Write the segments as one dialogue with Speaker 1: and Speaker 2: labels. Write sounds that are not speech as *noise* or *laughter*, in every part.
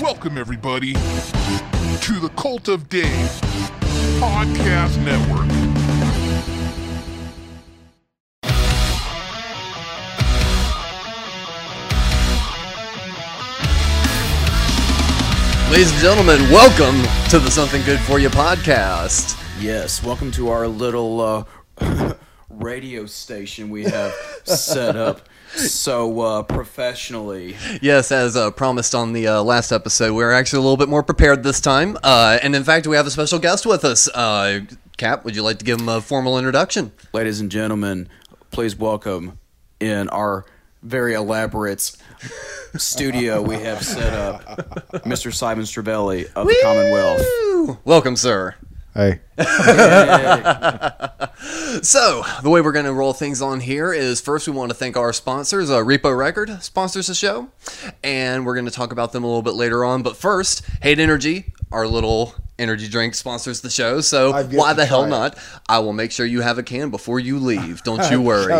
Speaker 1: Welcome, everybody, to the Cult of Dave Podcast Network.
Speaker 2: Ladies and gentlemen, welcome to the Something Good For You podcast.
Speaker 3: Yes, welcome to our little uh, *coughs* radio station we have set up so uh, professionally.
Speaker 2: Yes, as uh, promised on the uh, last episode, we're actually a little bit more prepared this time. Uh, and in fact, we have a special guest with us. Uh, Cap, would you like to give him a formal introduction?
Speaker 3: Ladies and gentlemen, please welcome in our very elaborate studio we have set up Mr. Simon Stravelli of the Commonwealth.
Speaker 2: Woo! Welcome, sir.
Speaker 4: Hey,
Speaker 2: *laughs* So, the way we're going to roll things on here is first, we want to thank our sponsors. Uh, Repo Record sponsors the show, and we're going to talk about them a little bit later on. But first, Hate Energy, our little energy drink, sponsors the show. So,
Speaker 4: I've yet
Speaker 2: why
Speaker 4: to
Speaker 2: the hell
Speaker 4: try it.
Speaker 2: not? I will make sure you have a can before you leave.
Speaker 4: *laughs*
Speaker 2: Don't you
Speaker 4: that was
Speaker 2: worry.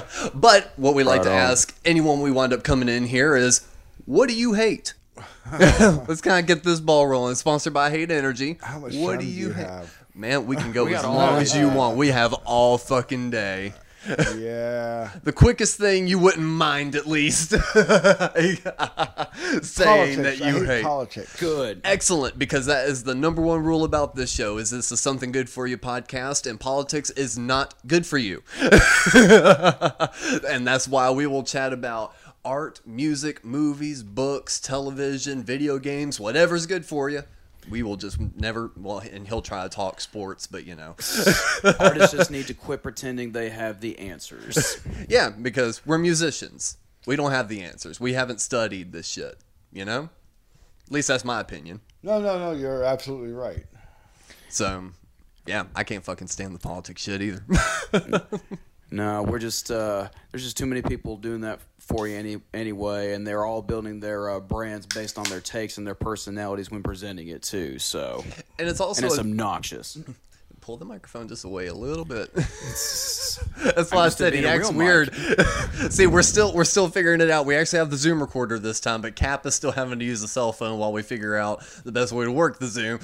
Speaker 4: awesome.
Speaker 2: But what we like to
Speaker 3: on.
Speaker 2: ask anyone we wind up coming in here is, what do you hate?
Speaker 4: *laughs*
Speaker 2: *laughs* Let's kind of get this ball rolling. Sponsored by Hate Energy.
Speaker 4: Oh. How much
Speaker 2: what
Speaker 4: time do you
Speaker 2: ha-
Speaker 4: have?
Speaker 2: Man, we can go as
Speaker 3: got all
Speaker 2: long
Speaker 3: day.
Speaker 2: as you want. We have all fucking day
Speaker 4: *laughs* yeah,
Speaker 2: the quickest thing you wouldn't mind at least *laughs* saying that
Speaker 4: politics. I
Speaker 2: you hate.
Speaker 4: politics.
Speaker 3: Good.
Speaker 2: Excellent, because that is the number one rule about this show: is this is something good for you podcast, and politics is not good for you, *laughs* and that's why we will chat about art, music, movies, books, television, video games, whatever's good for you. We will just never well, and he'll try to talk sports, but you know,
Speaker 3: Artists just need to quit pretending they have the answers.
Speaker 2: Yeah, because we're musicians. We don't have the answers. We haven't studied this shit, you know? At least that's my opinion.
Speaker 4: No, no, no. You're absolutely *laughs* right.
Speaker 2: So, yeah, I can't fucking stand the politics shit either. *laughs*
Speaker 3: No, we're just uh, there's just too many people doing that for you any anyway, and they're all building their uh, brands based on their takes and their personalities when presenting it too. So, Mm-hmm.
Speaker 2: and it's also
Speaker 3: and it's
Speaker 2: a-
Speaker 3: obnoxious.
Speaker 2: pull the microphone just away a little
Speaker 3: *laughs*
Speaker 2: bit. *laughs* That's why I
Speaker 3: used to
Speaker 2: said he
Speaker 3: being a
Speaker 2: acts
Speaker 3: real mic.
Speaker 2: weird. *laughs* See, we're still we're still figuring it out. We actually have the Zoom recorder this time, but Cap is still having to use the cell phone while we figure out the best way to work the Zoom.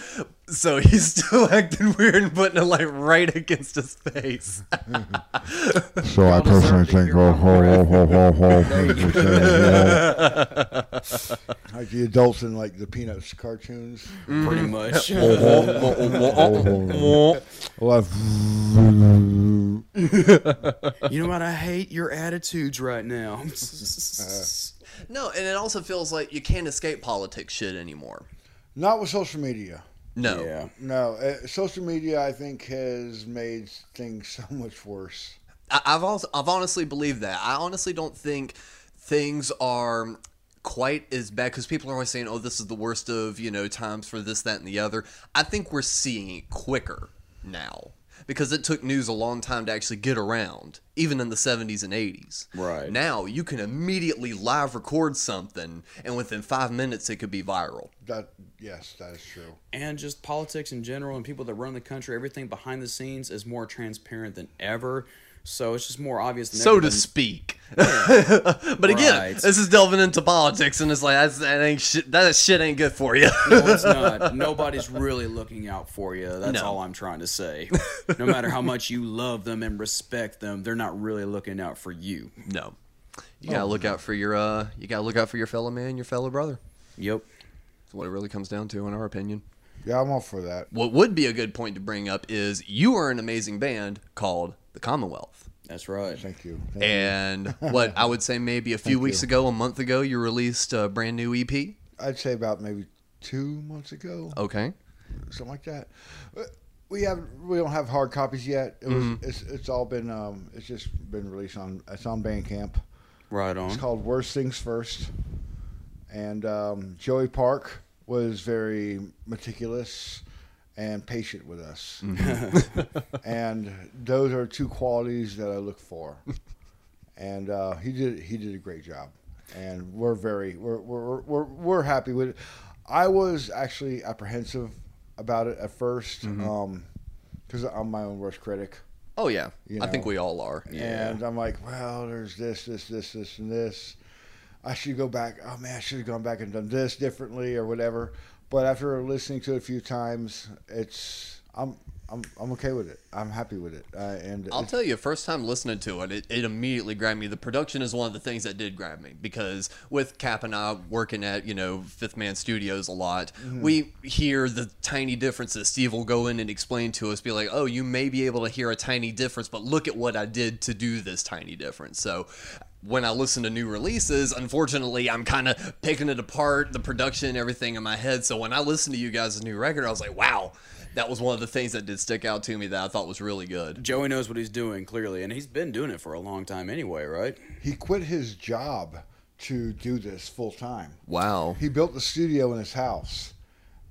Speaker 2: So *laughs* he's still acting weird and putting it like right *laughs* against his face. *laughs*
Speaker 4: So I personally think, oh, ho, ho, ho, ho, like the adults in like the Peanuts cartoons.
Speaker 3: Pretty *laughs* much. Uh,
Speaker 4: Well, I've-
Speaker 3: you know what? I hate your attitudes right *laughs* now.
Speaker 2: No, and it also feels like you can't escape politics shit anymore.
Speaker 4: Not with social media.
Speaker 2: No.
Speaker 3: yeah.
Speaker 4: No, uh, social media I think has made things *laughs* so much worse.
Speaker 2: I, I've also, I've honestly believed that. I honestly don't think things are quite as bad because people are always saying, "Oh, this is the worst of you know times for this, that, and the other." I think we're seeing it quicker now because it took news a long time to actually get around, even in the '70s and '80s.
Speaker 3: Right.
Speaker 2: now, you can immediately live record something, and within five minutes, it could be viral.
Speaker 4: That yes, that is true.
Speaker 3: and just politics in general and people that run the country, everything behind the scenes is more transparent than ever. So it's just more obvious than
Speaker 2: so
Speaker 3: ever
Speaker 2: to
Speaker 3: than-
Speaker 2: speak. but again,
Speaker 3: Right.
Speaker 2: this is delving into politics, and it's like that's, that ain't shit. That shit ain't good for you.
Speaker 3: No, it's not. Nobody's really looking out for you. That's
Speaker 2: No.
Speaker 3: all I'm trying to say. No matter how much you love them and respect them, they're not really looking out for you.
Speaker 2: no, you gotta look out for your uh, you gotta look out for your fellow man, your fellow brother.
Speaker 3: Yep.
Speaker 2: That's what it really comes down to, in our opinion.
Speaker 4: Yeah, I'm all for that.
Speaker 2: What would be a good point to bring up is you are an amazing band called the Commonwealth.
Speaker 3: That's right.
Speaker 4: Thank you. Thank you.
Speaker 2: And what I would say maybe a few weeks ago, a month ago, you released a brand new E EP.
Speaker 4: I'd say about maybe two months ago,
Speaker 2: Okay.
Speaker 4: something like that. But We have we don't have hard copies yet. It was it's, it's all been um, it's just been released on it's on Bandcamp.
Speaker 3: Right
Speaker 4: It's
Speaker 3: on.
Speaker 4: called Worst Things First, and um, Joey Park was very meticulous and patient with us, *laughs* and those are two qualities that I look for. And uh, he did he did a great job, and we're very we're we're we're, we're happy with it. I was actually apprehensive about it at 1st because I'm my own worst critic.
Speaker 2: Oh yeah,
Speaker 4: You
Speaker 2: I think
Speaker 4: know.
Speaker 2: we all are.
Speaker 3: Yeah.
Speaker 4: And I'm like, well, there's this, this, this, this, and this. I should go back. Oh man, I should have gone back and done this differently or whatever. But after listening to it a few times, it's I'm I'm I'm okay with it. I'm happy with it. Uh, and
Speaker 2: I'll
Speaker 4: it's-
Speaker 2: tell you, first time listening to it, it, it immediately grabbed me. The production is one of the things that did grab me because with Cap and I working at, you know, Fifth Man Studios a lot, we hear the tiny differences. Steve will go in and explain to us, be like, oh, you may be able to hear a tiny difference, but look at what I did to do this tiny difference. So when I listen to new releases, unfortunately, I'm kind of picking it apart, the production, everything in my head. So when I listened to you guys' new record, I was like, wow. That was one of the things that did stick out to me that I thought was really good.
Speaker 3: Joey knows what he's doing clearly, and he's been doing it for a long time anyway, right?
Speaker 4: he quit his job to do this full time.
Speaker 2: Wow.
Speaker 4: He built the studio in his house,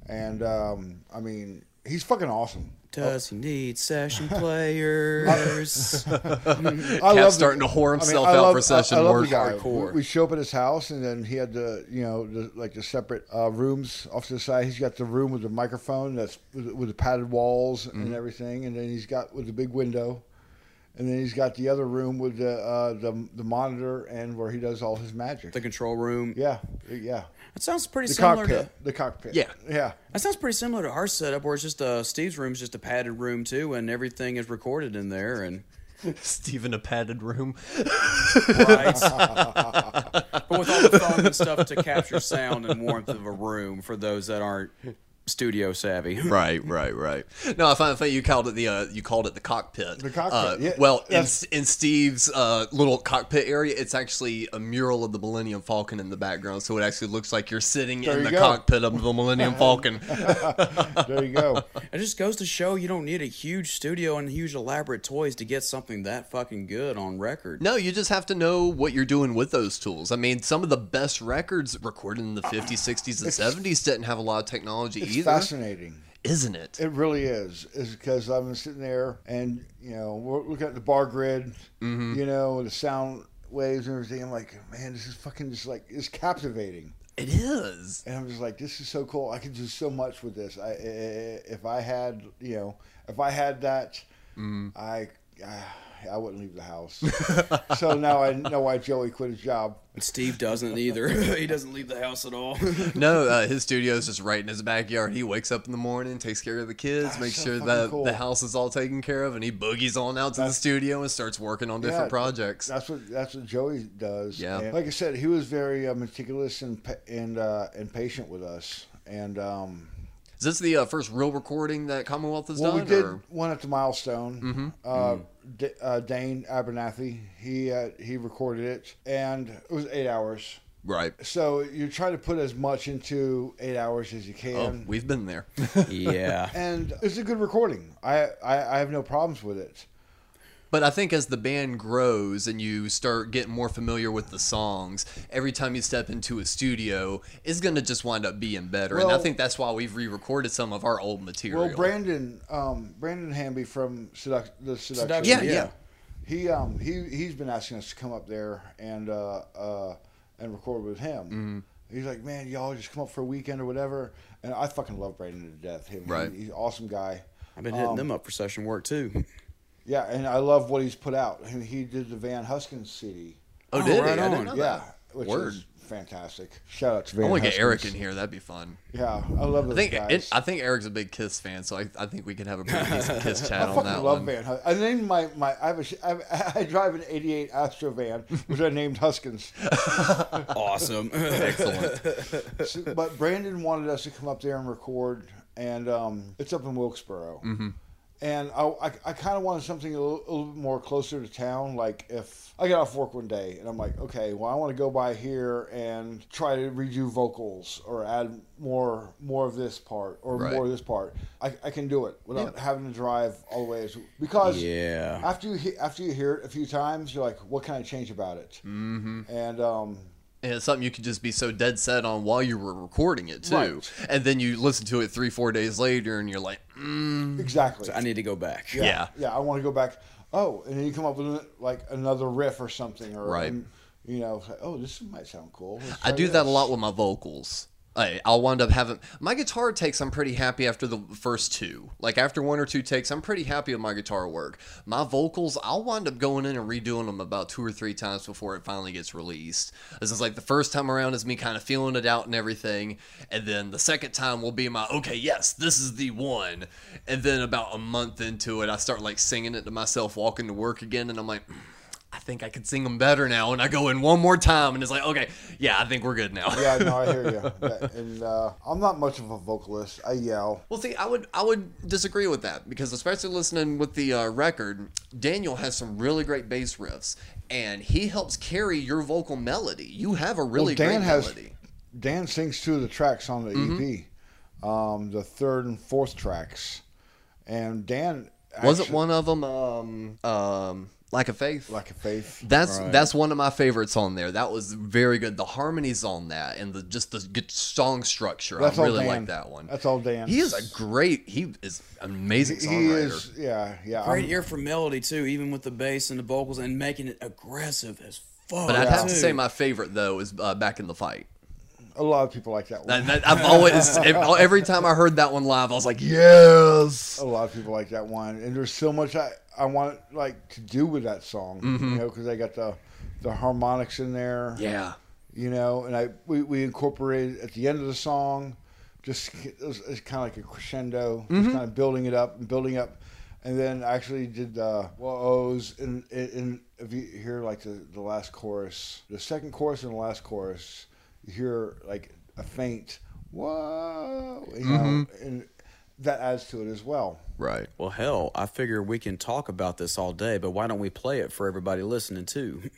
Speaker 4: and um, I mean, he's fucking awesome.
Speaker 3: Does he need session
Speaker 4: *laughs*
Speaker 3: players?
Speaker 4: I
Speaker 2: Cap's
Speaker 4: love
Speaker 2: starting to whore himself
Speaker 4: I
Speaker 2: out
Speaker 4: love-
Speaker 2: for session
Speaker 4: I, I love
Speaker 2: work.
Speaker 4: the guy.
Speaker 3: Hardcore.
Speaker 4: We, we show up at his house, and then he had the you know the, like the separate uh, rooms off to the side. He's got the room with the microphone that's with, with the padded walls
Speaker 2: Mm-hmm.
Speaker 4: and everything, and then he's got with the big window, and then he's got the other room with the uh, the the monitor and where he does all his magic.
Speaker 3: the control room.
Speaker 4: yeah, yeah.
Speaker 3: That sounds pretty
Speaker 4: The
Speaker 3: similar
Speaker 4: cockpit.
Speaker 3: to.
Speaker 4: The cockpit.
Speaker 2: Yeah.
Speaker 4: yeah.
Speaker 3: That sounds pretty similar to our setup, where it's just uh, Steve's room is just a padded room too, and everything is recorded in there, and
Speaker 2: Steve in a padded room.
Speaker 3: *laughs* lights, but with all the foam and stuff to capture sound and warmth of a room for those that aren't studio
Speaker 2: *laughs*
Speaker 3: savvy.
Speaker 2: Right, right, right. No, I find funny you called it the uh, you called it the cockpit.
Speaker 4: The cockpit,
Speaker 2: Uh,
Speaker 4: yeah,
Speaker 2: well, in,
Speaker 4: that's-
Speaker 2: in Steve's uh, little cockpit area, it's actually a mural of the Millennium Falcon in the background, so it actually looks like you're sitting
Speaker 4: There
Speaker 2: in
Speaker 4: you
Speaker 2: the
Speaker 4: go.
Speaker 2: cockpit of the
Speaker 4: *laughs*
Speaker 2: Millennium Falcon.
Speaker 4: There
Speaker 2: *laughs*
Speaker 4: you go.
Speaker 3: It just goes to show you don't need a huge studio and huge elaborate toys to get something that fucking good on record.
Speaker 2: No, you just have to know what you're doing with those tools. I mean, some of the best records recorded in the 50s, 60s, and 70s didn't have a lot of technology
Speaker 4: It's
Speaker 2: either,
Speaker 4: fascinating.
Speaker 2: isn't it?
Speaker 4: It really is, is because I'm sitting there and you know we're looking at the bar grid, you know the sound waves and everything. I'm like, man, this is fucking just like it's captivating,
Speaker 2: It is.
Speaker 4: and I'm just like, this is so cool. I could do so much with this. I, I if I had you know if I had that, I. ah, I wouldn't leave the house. so now I know why Joey quit his job.
Speaker 3: Steve doesn't either. *laughs* he doesn't leave the house at all.
Speaker 2: No, uh, his studio's just right in his backyard. He wakes up in the morning, takes care of the kids,
Speaker 4: That's
Speaker 2: makes
Speaker 4: so
Speaker 2: sure
Speaker 4: fucking
Speaker 2: that
Speaker 4: cool.
Speaker 2: the house is all taken care of, and he boogies on out to the studio and starts working on different
Speaker 4: Yeah,
Speaker 2: projects.
Speaker 4: That's what that's what Joey does.
Speaker 2: Yeah.
Speaker 4: And like I said, he was very uh, meticulous and pa- and uh, and patient with us. And um,
Speaker 2: Is this the uh, first real recording that Commonwealth has
Speaker 4: well,
Speaker 2: done?
Speaker 4: we did
Speaker 2: or- Mm-hmm.
Speaker 4: one at the milestone. Uh, D- uh, Dane Abernathy, he uh, he recorded it, and it was eight hours.
Speaker 2: Right.
Speaker 4: So you try to put as much into eight hours as you
Speaker 2: Oh,
Speaker 4: can,
Speaker 2: we've been there. *laughs*
Speaker 3: yeah.
Speaker 4: and it's a good recording. I, I I have no problems with it.
Speaker 2: But I think as the band grows and you start getting more familiar with the songs, every time you step into a studio, it's going to just wind up being better. and I
Speaker 4: Well-
Speaker 2: think that's why we've re recorded some of our old material.
Speaker 4: Well, Brandon, um, Brandon Hamby from Seduc- the Seduction.
Speaker 3: Seduction,
Speaker 2: Yeah, yeah. yeah.
Speaker 4: He um he he's been asking us to come up there and uh uh and record with
Speaker 2: Mm-hmm.
Speaker 4: him. He's like, man, y'all just come up for a weekend or whatever. And I fucking love Brandon to death. Him,
Speaker 2: Right.
Speaker 4: he- he's an awesome guy.
Speaker 3: *laughs* I've been hitting them up for session work too.
Speaker 4: Yeah, and I love what he's put out. He, he did the Van Huskins CD.
Speaker 2: oh,
Speaker 3: Oh,
Speaker 2: did
Speaker 3: right
Speaker 2: he? I didn't
Speaker 3: on.
Speaker 2: know
Speaker 4: yeah,
Speaker 2: that.
Speaker 4: which
Speaker 2: Word.
Speaker 4: is fantastic. Shout out to Van.
Speaker 2: I want to get
Speaker 4: Huskins.
Speaker 2: Eric in here. That'd be fun.
Speaker 4: Yeah, I love those
Speaker 2: I think
Speaker 4: guys.
Speaker 2: it, I think Eric's a big Kiss fan, so I, I think we could have a pretty decent Kiss
Speaker 4: *laughs* I
Speaker 2: chat on
Speaker 4: fucking
Speaker 2: that
Speaker 4: love
Speaker 2: one.
Speaker 4: Van Hus- I named my, my I have a sh- I, have- *laughs* I drive an '88 Astro van, which I named Huskins.
Speaker 3: Awesome. *laughs*
Speaker 2: Excellent.
Speaker 4: *laughs* So- but Brandon wanted us to come up there and record, and um, it's up in Wilkesboro. Mm-hmm. And I, I, I kind of wanted something a little, a little bit more closer to town. Like if I got off work one day and I'm like, okay, well I want to go by here and try to redo vocals or add more more of this part or
Speaker 2: Right.
Speaker 4: more of this part. I, I can do it without having to drive all the way. as- Because
Speaker 3: Yeah.
Speaker 4: after you he- after you hear it a few times, you're like, what can I change about it? Mm-hmm. And um,
Speaker 2: And it's something you could just be so dead set on while you were recording it too,
Speaker 4: Right.
Speaker 2: and then you listen to it three, four days later, and you're like, mm,
Speaker 4: exactly.
Speaker 3: I need to go back.
Speaker 2: Yeah.
Speaker 4: yeah, I want to go back. Oh, and then you come up with like another riff or something, or
Speaker 2: Right.
Speaker 4: um, you know, it's like, oh, this might sound cool. Let's
Speaker 2: I
Speaker 4: try
Speaker 2: do that a
Speaker 4: this.
Speaker 2: lot with my vocals. I, I'll wind up having my guitar takes. I'm pretty happy after the first two. Like after one or two takes, I'm pretty happy with my guitar work. My vocals, I'll wind up going in and redoing them about two or three times before it finally gets released. This is like the first time around is me kind of feeling it out and everything, and then the second time will be my okay, yes, this is the one. And then about a month into it, I start like singing it to myself walking to work again, and I'm like. "Hmm, I think I can sing them better now, and I go in one more time, and it's like, okay, yeah, I think we're good *laughs* now.
Speaker 4: *laughs* Yeah, no, I hear you. That- And uh, I'm not much of a vocalist. I yell.
Speaker 2: Well, see, I would I would disagree with that because especially listening with the uh, record, Daniel has some really great bass riffs, and he helps carry your vocal melody. You have a really
Speaker 4: well, Dan
Speaker 2: great
Speaker 4: has
Speaker 2: melody. Mm-hmm.
Speaker 4: Dan sings two of the tracks on the EP, um, the third and fourth tracks, and Dan
Speaker 2: Wasn't
Speaker 4: actually-
Speaker 2: one of them um, um, like a faith?
Speaker 4: like a faith.
Speaker 2: That's
Speaker 3: Right.
Speaker 2: that's one of my favorites on there. That was very good. The harmonies on that and the just the good song structure.
Speaker 4: That's
Speaker 2: I
Speaker 4: all
Speaker 2: really
Speaker 4: Dan.
Speaker 2: like that one.
Speaker 4: That's all Dan.
Speaker 2: He is a great. He is an amazing
Speaker 4: He
Speaker 2: songwriter.
Speaker 4: is. Yeah, yeah.
Speaker 3: Great
Speaker 4: I'm-
Speaker 3: ear for melody too, even with the bass and the vocals, and making it aggressive as fuck.
Speaker 4: Oh,
Speaker 2: But I'd have to
Speaker 3: too.
Speaker 2: say my favorite though is uh, back in the fight.
Speaker 4: a lot of people like that one.
Speaker 2: That, that, I've
Speaker 4: *laughs*
Speaker 2: always ev- every time I heard that one live, I was like, yes.
Speaker 4: a lot of people like that one, and there's so much I, I want like to do with that song, you know, because I got the the harmonics in there,
Speaker 2: Yeah,
Speaker 4: you know, and I we, we incorporated at the end of the song, just it was, it's kind of like a crescendo, just kind of building it up and building up, and then I actually did the whoa-ohs, and and if you hear like the the last chorus, the second chorus and the last chorus, you hear like a faint whoa, you know, and that adds to it as well.
Speaker 2: right.
Speaker 3: Well, hell, I figure we can talk about this all day, but why don't we play it for everybody listening too?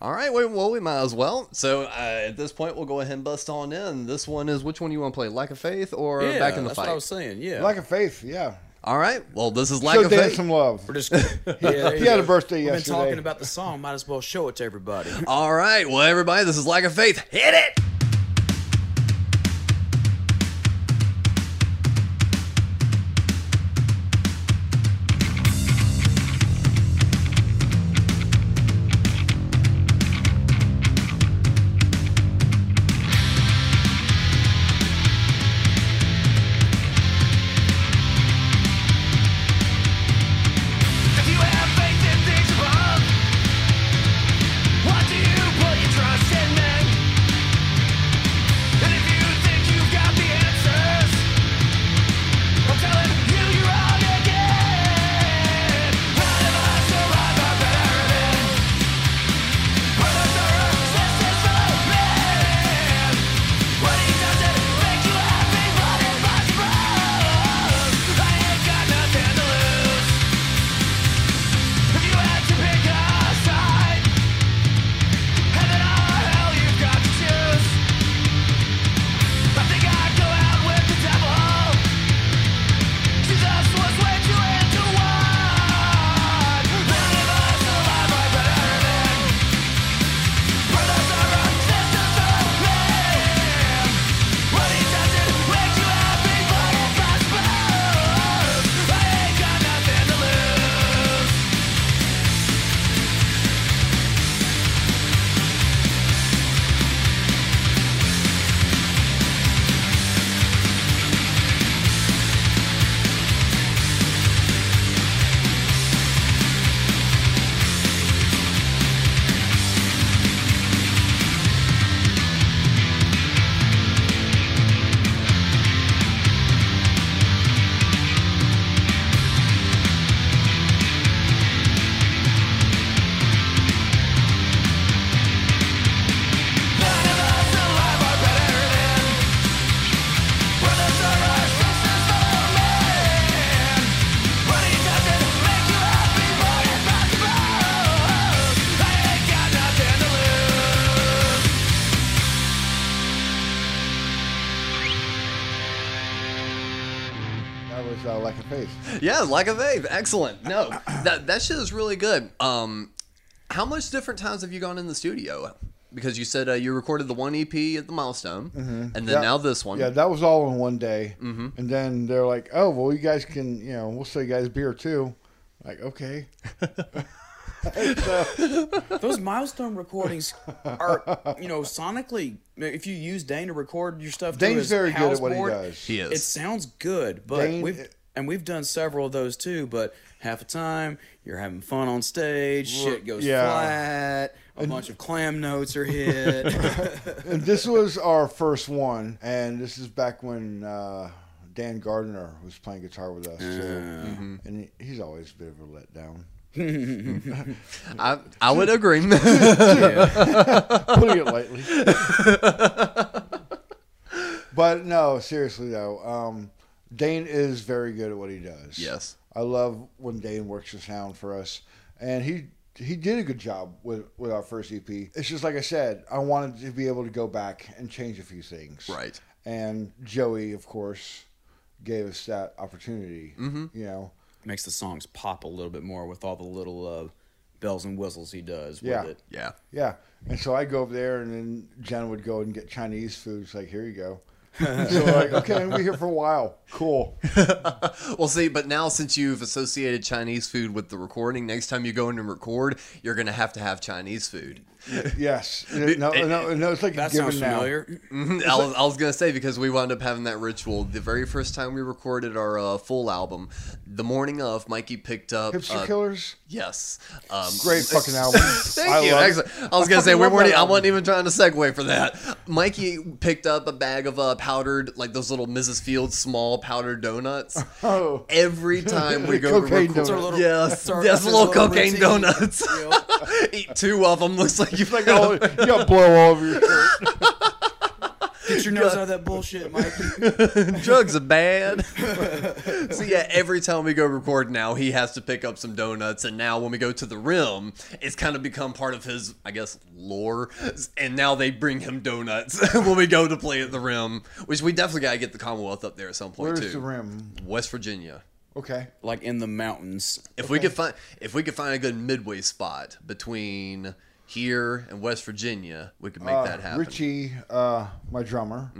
Speaker 2: All right. Well, well, we might as well. So uh, at this point, we'll go ahead and bust on in. This one is which one you want to play, Lack of Faith or
Speaker 3: yeah,
Speaker 2: Back in the
Speaker 3: that's
Speaker 2: Fight?
Speaker 3: what I was saying. Yeah,
Speaker 4: Like a faith, yeah.
Speaker 2: All right. Well, this is Lack
Speaker 4: Show
Speaker 2: of
Speaker 4: Dan
Speaker 2: Faith.
Speaker 4: some love.
Speaker 3: we're *laughs* just. yeah,
Speaker 4: *laughs*
Speaker 3: there
Speaker 4: He
Speaker 3: you
Speaker 4: had a
Speaker 3: go.
Speaker 4: birthday
Speaker 3: We've
Speaker 4: yesterday.
Speaker 3: been talking about the song. Might as well show it to
Speaker 4: *laughs*
Speaker 3: everybody.
Speaker 2: All right. Well, everybody, this is Lack of Faith. Hit it.
Speaker 5: If you have faith in things above, why do you put your trust in men? And if you think you've got the answers, I'm telling you you're wrong again. None of us alive are better than brothers or sisters of men. When he doesn't make you happy, what if I I ain't got nothing to lose. If you had to pick a side, heaven or hell, you've got to choose. I think I'd go out with the devil. Jesus was way too into one. None of us alive are better than brothers or sisters of men. When he doesn't make you happy, but it must I ain't got nothing to lose.
Speaker 4: That was uh, like a faith.
Speaker 2: Yeah, Lack of Faith. Excellent.
Speaker 4: *clears throat*
Speaker 2: No, that that shit is really good. Um, how much different times have you gone in the studio? Because you said uh, you recorded the one EP at the milestone, and then
Speaker 4: Mm-hmm. Yeah.
Speaker 2: now this one.
Speaker 4: Yeah, that was all in one day. And then they're like, "Oh, well, you guys can, you know, we'll sell you guys beer too." Like, okay.
Speaker 3: Those milestone recordings are, you know, sonically. If you use Dane to record your stuff, to
Speaker 4: Dane's
Speaker 3: his
Speaker 4: very good at what he
Speaker 3: houseboard,
Speaker 4: does.
Speaker 2: He is.
Speaker 3: It sounds good, but
Speaker 4: Dane- uh,
Speaker 3: we've and we've done several of those too. But half the time, you're having fun on stage. Shit goes
Speaker 4: yeah.
Speaker 3: flat. A bunch of clam notes are
Speaker 4: *laughs*
Speaker 3: hit. *laughs*
Speaker 4: And this was our first one, and this is back when uh, Dan Gardner was playing guitar with us, too. and he- he's always a bit of a letdown.
Speaker 2: I, I
Speaker 4: *laughs*
Speaker 2: would agree. *laughs*
Speaker 4: Putting it lightly. *laughs* but no, seriously though, um, Dane is very good at what he does.
Speaker 2: yes.
Speaker 4: I love when Dane works the sound for us, and he he did a good job with with our first EP. It's just like I said, I wanted to be able to go back and change a few things.
Speaker 2: Right.
Speaker 4: And Joey, of course, gave us that opportunity.
Speaker 2: Mm-hmm.
Speaker 4: You know,
Speaker 3: Makes the songs pop a little bit more with all the little uh, bells and whistles he does
Speaker 4: Yeah.
Speaker 3: with it.
Speaker 2: Yeah.
Speaker 4: yeah. And so I go over there, and then Jen would go and get Chinese food. She's like, "Here you go." so we're like, okay, we're here for a while. Cool.
Speaker 2: Well, see, but now since you've associated Chinese food with the recording, next time you go in and record, you're going to have to have Chinese food.
Speaker 4: Yes. No, no, no. It's like
Speaker 3: That
Speaker 4: a given
Speaker 3: sounds
Speaker 4: now.
Speaker 3: familiar.
Speaker 2: Mhm, *laughs* I was, I was going to say because we wound up having that ritual. The very first time we recorded our uh, full album, the morning of, Mikey picked up.
Speaker 4: Hipster
Speaker 2: uh,
Speaker 4: Killers,
Speaker 2: Yes. Um, *laughs*
Speaker 4: great fucking album.
Speaker 2: Thank
Speaker 4: I
Speaker 2: you.
Speaker 4: love it.
Speaker 2: Excellent. I was gonna
Speaker 4: fucking
Speaker 2: say we
Speaker 4: love
Speaker 2: weren't. e,
Speaker 4: that
Speaker 2: I
Speaker 4: album.
Speaker 2: wasn't even trying to segue for that. Mikey picked up a bag of uh, powdered, like those little Mrs. Fields small powdered
Speaker 4: *laughs*
Speaker 2: donuts.
Speaker 4: Oh.
Speaker 2: Every time we
Speaker 4: The
Speaker 2: go to
Speaker 4: cocaine
Speaker 2: record,
Speaker 4: donuts.
Speaker 3: It's our little-
Speaker 2: yes,
Speaker 3: it's our-
Speaker 2: yes,
Speaker 3: it's our
Speaker 2: little
Speaker 3: little
Speaker 2: cocaine
Speaker 3: routine,
Speaker 2: donuts.
Speaker 3: you know?
Speaker 2: *laughs* Eat two of them. Looks like you've *laughs*
Speaker 4: Like, oh, you got blow all over your shirt.
Speaker 3: Get your
Speaker 4: *laughs*
Speaker 3: nose out of that bullshit, Mike.
Speaker 2: drugs are bad. so yeah, every time we go record now, he has to pick up some donuts, and now when we go to the rim, it's kind of become part of his, I guess, lore. And now they bring him donuts *laughs* when we go to play at the rim, which we definitely gotta get the Commonwealth up there at some point
Speaker 4: Where's
Speaker 2: too.
Speaker 4: the rim?
Speaker 2: West Virginia.
Speaker 4: Okay.
Speaker 3: like in the mountains.
Speaker 2: If we could find, if we could find a good midway spot between here and West Virginia, we could make
Speaker 4: Uh,
Speaker 2: that happen. Mm-hmm.
Speaker 4: Richie, uh, my drummer,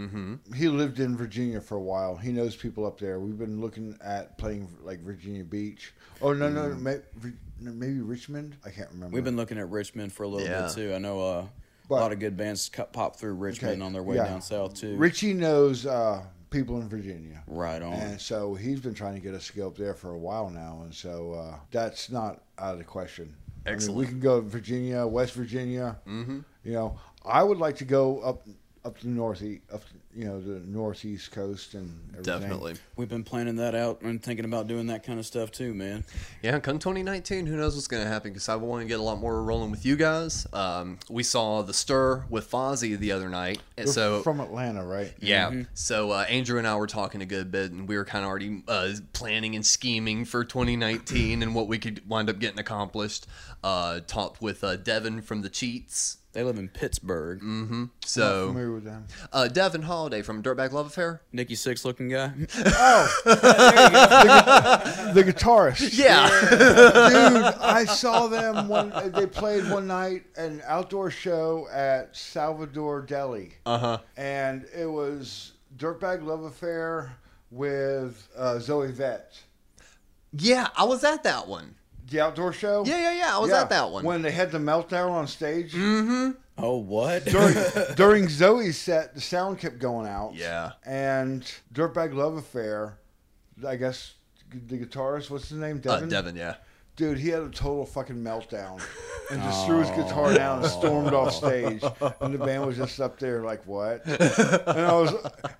Speaker 4: he lived in Virginia for a while. He knows people up there. We've been looking at playing like Virginia Beach. Oh no, no,
Speaker 2: Mm.
Speaker 4: may, Vir- no, maybe Richmond. I can't remember.
Speaker 3: We've been looking at Richmond for a little
Speaker 2: Yeah.
Speaker 3: bit too. I know uh, a
Speaker 4: But-
Speaker 3: lot of good bands cut, pop through Richmond on their way
Speaker 4: yeah.
Speaker 3: down south too.
Speaker 4: Richie knows uh, people in Virginia,
Speaker 3: right on.
Speaker 4: and so he's been trying to get us to go up there for a while now, and so uh, that's not out of the question. I mean, we
Speaker 2: Excellent.
Speaker 4: can go to Virginia, West Virginia. Mm-hmm. You know, I would like to go up up to the northeast, up you know the northeast coast and everything.
Speaker 2: Definitely.
Speaker 3: We've been planning that out and thinking about doing that kind of stuff too, man.
Speaker 2: Yeah, come 2019, who knows what's going to happen because I want to get a lot more rolling with you guys. Um, we saw The Stir with Fozzy the other night. And
Speaker 4: You're
Speaker 2: so,
Speaker 4: from Atlanta, right?
Speaker 2: yeah. So, uh, Andrew and I were talking a good bit, and we were kind of already uh, planning and scheming for 2019 and what we could wind up getting accomplished. Uh, talked with uh, Devin from The Cheats.
Speaker 3: They live in Pittsburgh.
Speaker 2: Mm. So,
Speaker 4: Familiar with them?
Speaker 2: uh, Devin Holiday from Dirtbag Love Affair.
Speaker 3: Nikki Six looking guy. *laughs*
Speaker 4: The
Speaker 3: *laughs*
Speaker 4: guitarist.
Speaker 2: Yeah. *laughs*
Speaker 4: dude, I saw them when they played one night at an outdoor show at Salvador Deli. Uh
Speaker 2: Uh-huh.
Speaker 4: huh. And it was Dirtbag Love Affair with uh, Zoe Vett.
Speaker 2: yeah, I was at that one.
Speaker 4: The outdoor show.
Speaker 2: Yeah, yeah, yeah. I was at that one. Mm.
Speaker 4: When they had the meltdown on stage
Speaker 3: oh
Speaker 4: *laughs*
Speaker 3: what?
Speaker 4: during,
Speaker 2: *laughs*
Speaker 4: during Zoe's set, the sound kept going out.
Speaker 2: Yeah.
Speaker 4: And Dirtbag Love Affair, I guess the guitarist, what's his name,
Speaker 2: Uh,
Speaker 4: Devin?
Speaker 2: Devin, yeah.
Speaker 4: Dude, he had a total fucking meltdown and just threw his guitar down and stormed off stage. And the band was just up there like, what? And I was,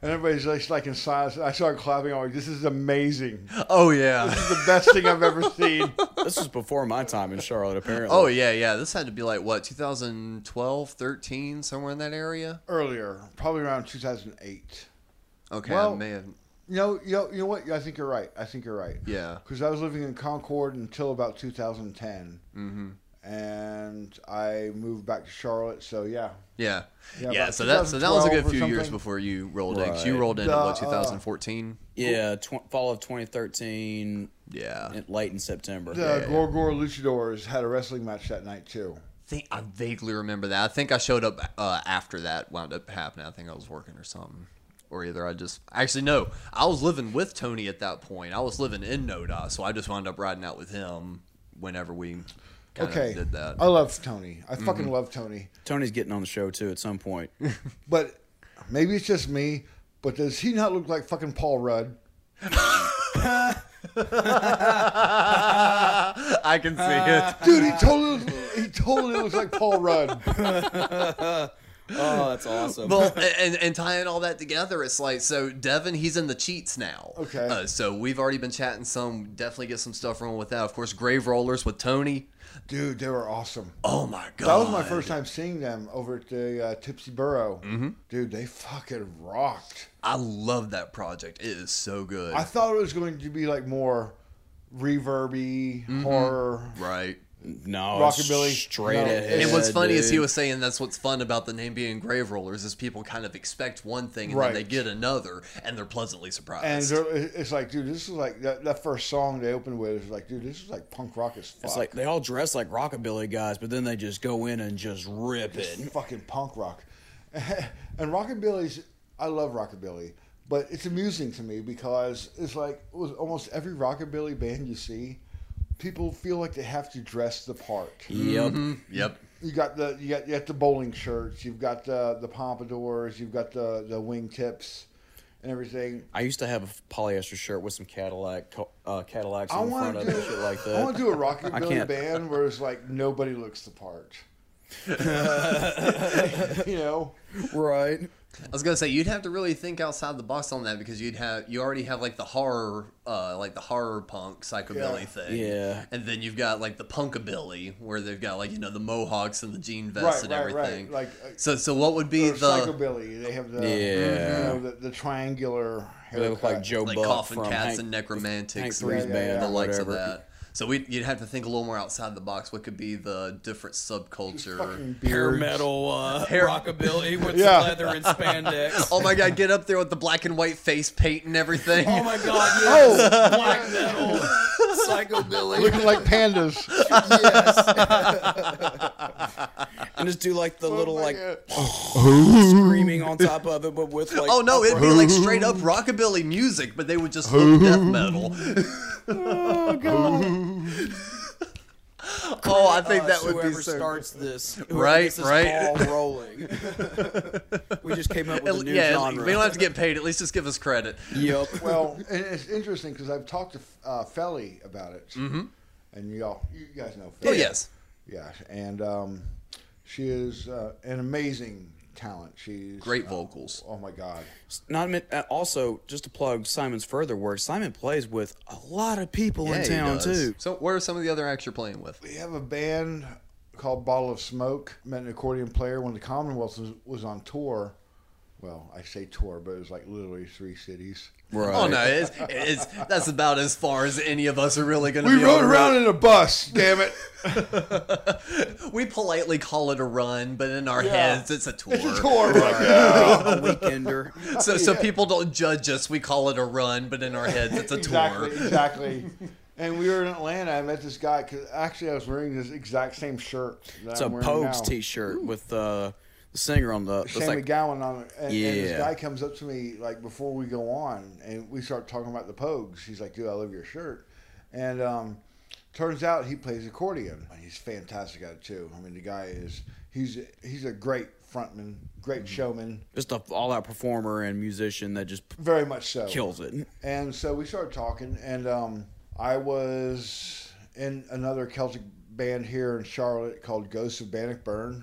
Speaker 4: and everybody's just like in silence. I started clapping. I'm like, this is amazing.
Speaker 2: Oh, yeah.
Speaker 4: *laughs* This is the best thing I've ever seen.
Speaker 3: this was before my time in Charlotte, apparently.
Speaker 2: Oh yeah, yeah. This had to be like what 2012, 13, somewhere in that area.
Speaker 4: Earlier, probably around 2008.
Speaker 2: Okay, I
Speaker 4: Well-
Speaker 2: may have.
Speaker 4: You know, you know, you know what? I think you're right. I think you're right.
Speaker 2: Yeah.
Speaker 4: Because I was living in Concord until about 2010. Mm-hmm. And I moved back to Charlotte. So, yeah.
Speaker 2: Yeah, yeah.
Speaker 4: Yeah, about
Speaker 2: so that so that was a good
Speaker 4: 2012 or
Speaker 2: few years
Speaker 4: something.
Speaker 2: before you rolled in. 'cause You
Speaker 3: Right.
Speaker 2: rolled in
Speaker 4: The,
Speaker 2: what
Speaker 4: uh,
Speaker 2: 2014.
Speaker 3: Yeah, tw- fall of 2013,
Speaker 2: yeah,
Speaker 3: in- late in September.
Speaker 4: The Gorgor Luchadors had a wrestling match that night, too.
Speaker 2: think I vaguely remember that. I think I showed up uh, after that wound up happening. I think I was working or something. Or either I just actually no, I was living with Tony at that point. I was living in Noda, so I just wound up riding out with him whenever we kind
Speaker 4: okay.
Speaker 2: of did that. Mm-hmm.
Speaker 4: I love Tony. I fucking love Tony.
Speaker 3: Tony's getting on the show too at some point.
Speaker 4: But maybe it's just me. But does he not look like fucking Paul Rudd?
Speaker 2: *laughs* I can see it.
Speaker 4: Dude, he totally he totally looks like Paul Rudd.
Speaker 3: *laughs*
Speaker 2: *laughs*
Speaker 3: Oh, that's awesome.
Speaker 4: *laughs*
Speaker 2: Well, and, and tying all that together, it's like so Devin, he's in the cheats now.
Speaker 4: Okay.
Speaker 2: Uh, so we've already been chatting some. Definitely get some stuff wrong with that. Of course, Grave Rollers with Tony.
Speaker 4: Dude, they were awesome.
Speaker 2: Oh my god.
Speaker 4: That was my first time seeing them over at the uh, Tipsy Burrow.
Speaker 2: Mm-hmm.
Speaker 4: Dude, they fucking rocked.
Speaker 2: I love that project. It is so good.
Speaker 4: I thought it was going to be like more reverby
Speaker 2: Mm-hmm.
Speaker 4: horror.
Speaker 2: right.
Speaker 3: no,
Speaker 4: Rockabilly.
Speaker 3: it's straight
Speaker 4: No,
Speaker 3: ahead.
Speaker 4: it's-
Speaker 2: And what's
Speaker 3: dude.
Speaker 2: funny is he was saying that's what's fun about the name being Grave Rollers is people kind of expect one thing and
Speaker 4: Right.
Speaker 2: then they get another and they're pleasantly
Speaker 4: And
Speaker 2: surprised.
Speaker 4: they're, it's like, dude, this is like that, that first song they opened with. is like, dude, this is like punk rock as fuck.
Speaker 3: It's like they all dress like rockabilly guys, but then they just go in and just rip
Speaker 4: It's
Speaker 3: it.
Speaker 4: *laughs* fucking punk rock. *laughs* and rockabilly's, I love rockabilly, but it's amusing to me because it's like with almost every rockabilly band you see, people feel like they have to dress the part.
Speaker 3: Yep.
Speaker 2: yep.
Speaker 4: You got the you got, you got the bowling shirts, you've got the the pompadours, you've got the the wingtips, and everything.
Speaker 3: I used to have a polyester shirt with some Cadillac co- uh, Cadillacs
Speaker 4: I
Speaker 3: in
Speaker 4: want
Speaker 3: front of
Speaker 4: to do
Speaker 3: it and shit like
Speaker 4: I want
Speaker 3: that.
Speaker 4: to do a rockabilly
Speaker 3: can't.
Speaker 4: band where it's like nobody looks
Speaker 3: *laughs*
Speaker 4: the part. you know,
Speaker 3: right.
Speaker 2: I was gonna say you'd have to really think outside the box on that because you'd have you already have like the horror, uh, like the horror punk psychobilly
Speaker 4: Yeah.
Speaker 2: thing,
Speaker 3: Yeah.
Speaker 2: and then you've got like the punkabilly where they've got like you know the mohawks and the jean vests and
Speaker 4: Right, right, right.
Speaker 2: everything.
Speaker 4: Like, uh,
Speaker 2: so, so what would be
Speaker 4: or
Speaker 2: the
Speaker 4: psychobilly. They have the
Speaker 3: Yeah.
Speaker 4: you know, the, the triangular
Speaker 3: They look
Speaker 4: haircut.
Speaker 3: like Joe
Speaker 2: like
Speaker 3: Buck
Speaker 2: coffin
Speaker 3: from
Speaker 2: cats
Speaker 3: Hank,
Speaker 2: and
Speaker 3: Hank
Speaker 2: necromantics,
Speaker 3: Three's
Speaker 2: and
Speaker 4: yeah, yeah,
Speaker 3: band
Speaker 2: the
Speaker 3: or
Speaker 2: likes
Speaker 3: whatever.
Speaker 2: of that? So we you'd have to think a little more outside the box. What could be the different subculture?
Speaker 4: Fucking beards.
Speaker 3: metal uh,
Speaker 2: *laughs* Hair-
Speaker 3: rockabilly with
Speaker 4: Yeah.
Speaker 3: and spandex.
Speaker 2: *laughs* Oh my god, get up there with the black and white face paint and
Speaker 4: *laughs*
Speaker 2: everything.
Speaker 3: Oh my
Speaker 2: *laughs*
Speaker 3: god, yes.
Speaker 4: Oh,
Speaker 3: black metal, psychobilly.
Speaker 4: looking like pandas.
Speaker 3: And just do like the little
Speaker 4: my
Speaker 3: like
Speaker 4: God.
Speaker 3: *laughs* screaming on top of it, but with like
Speaker 2: Oh no, it'd be like straight
Speaker 3: *laughs*
Speaker 2: up rockabilly music, but they would just hook death metal. *laughs* oh god. *laughs* oh, I think that would be
Speaker 3: whoever
Speaker 2: so.
Speaker 3: starts this whoever
Speaker 2: Right,
Speaker 3: gets this
Speaker 2: right.
Speaker 3: ball rolling. we just came up with a new
Speaker 2: yeah,
Speaker 3: genre.
Speaker 2: we don't have to get paid. At least just give us
Speaker 3: *laughs*
Speaker 2: credit.
Speaker 3: Yep.
Speaker 4: well, *laughs* and it's interesting because I've talked to uh, Felly about it, and y'all, you guys know. Felly.
Speaker 2: Mm-hmm. Oh yes,
Speaker 4: Yeah, and um, she is uh, an amazing talent. She's
Speaker 2: great
Speaker 4: uh,
Speaker 2: vocals.
Speaker 4: Oh my god.
Speaker 3: Not min- uh, also just to plug Simon's further work. Simon plays with a lot of people
Speaker 2: Yeah,
Speaker 3: in
Speaker 2: he
Speaker 3: town
Speaker 2: does.
Speaker 3: too.
Speaker 2: So, where are some of the other acts you're playing with?
Speaker 4: We have a band called Bottle of Smoke. Met an accordion player when the Commonwealth was, was on tour. Well, I say tour, but it was like literally three cities.
Speaker 3: Right.
Speaker 2: Oh no, it's, it's that's about as far as any of us are really going to.
Speaker 4: We
Speaker 2: be
Speaker 4: rode
Speaker 2: able to-
Speaker 4: around in a bus. Damn it!
Speaker 2: We politely call it a run, but in our heads, it's a tour.
Speaker 4: It's a tour right now.
Speaker 3: a weekender.
Speaker 2: So, so people don't judge us. We call it a run, but in our heads, it's a
Speaker 4: exactly,
Speaker 2: tour.
Speaker 3: *laughs*
Speaker 4: exactly. And we were in Atlanta. I met this guy because actually I was wearing this exact same shirt. That
Speaker 3: It's
Speaker 4: I'm
Speaker 3: a
Speaker 4: wearing
Speaker 3: Pogues
Speaker 4: now.
Speaker 3: T-shirt with uh, the singer on the. It's
Speaker 4: Shane
Speaker 3: like
Speaker 4: McGowan on it, and, and this
Speaker 3: Yeah.
Speaker 4: guy comes up to me like before we go on, and we start talking about the Pogues. He's like, "Dude, I love your shirt," and um, turns out he plays accordion. He's fantastic at it too. I mean, the guy is he's he's a great frontman,
Speaker 3: Mm-hmm.
Speaker 4: great showman,
Speaker 3: just a all-out performer and musician that just p-
Speaker 4: very much so.
Speaker 3: kills it.
Speaker 4: And so we started talking, and um, I was in another Celtic band here in Charlotte called Ghosts of Bannockburn.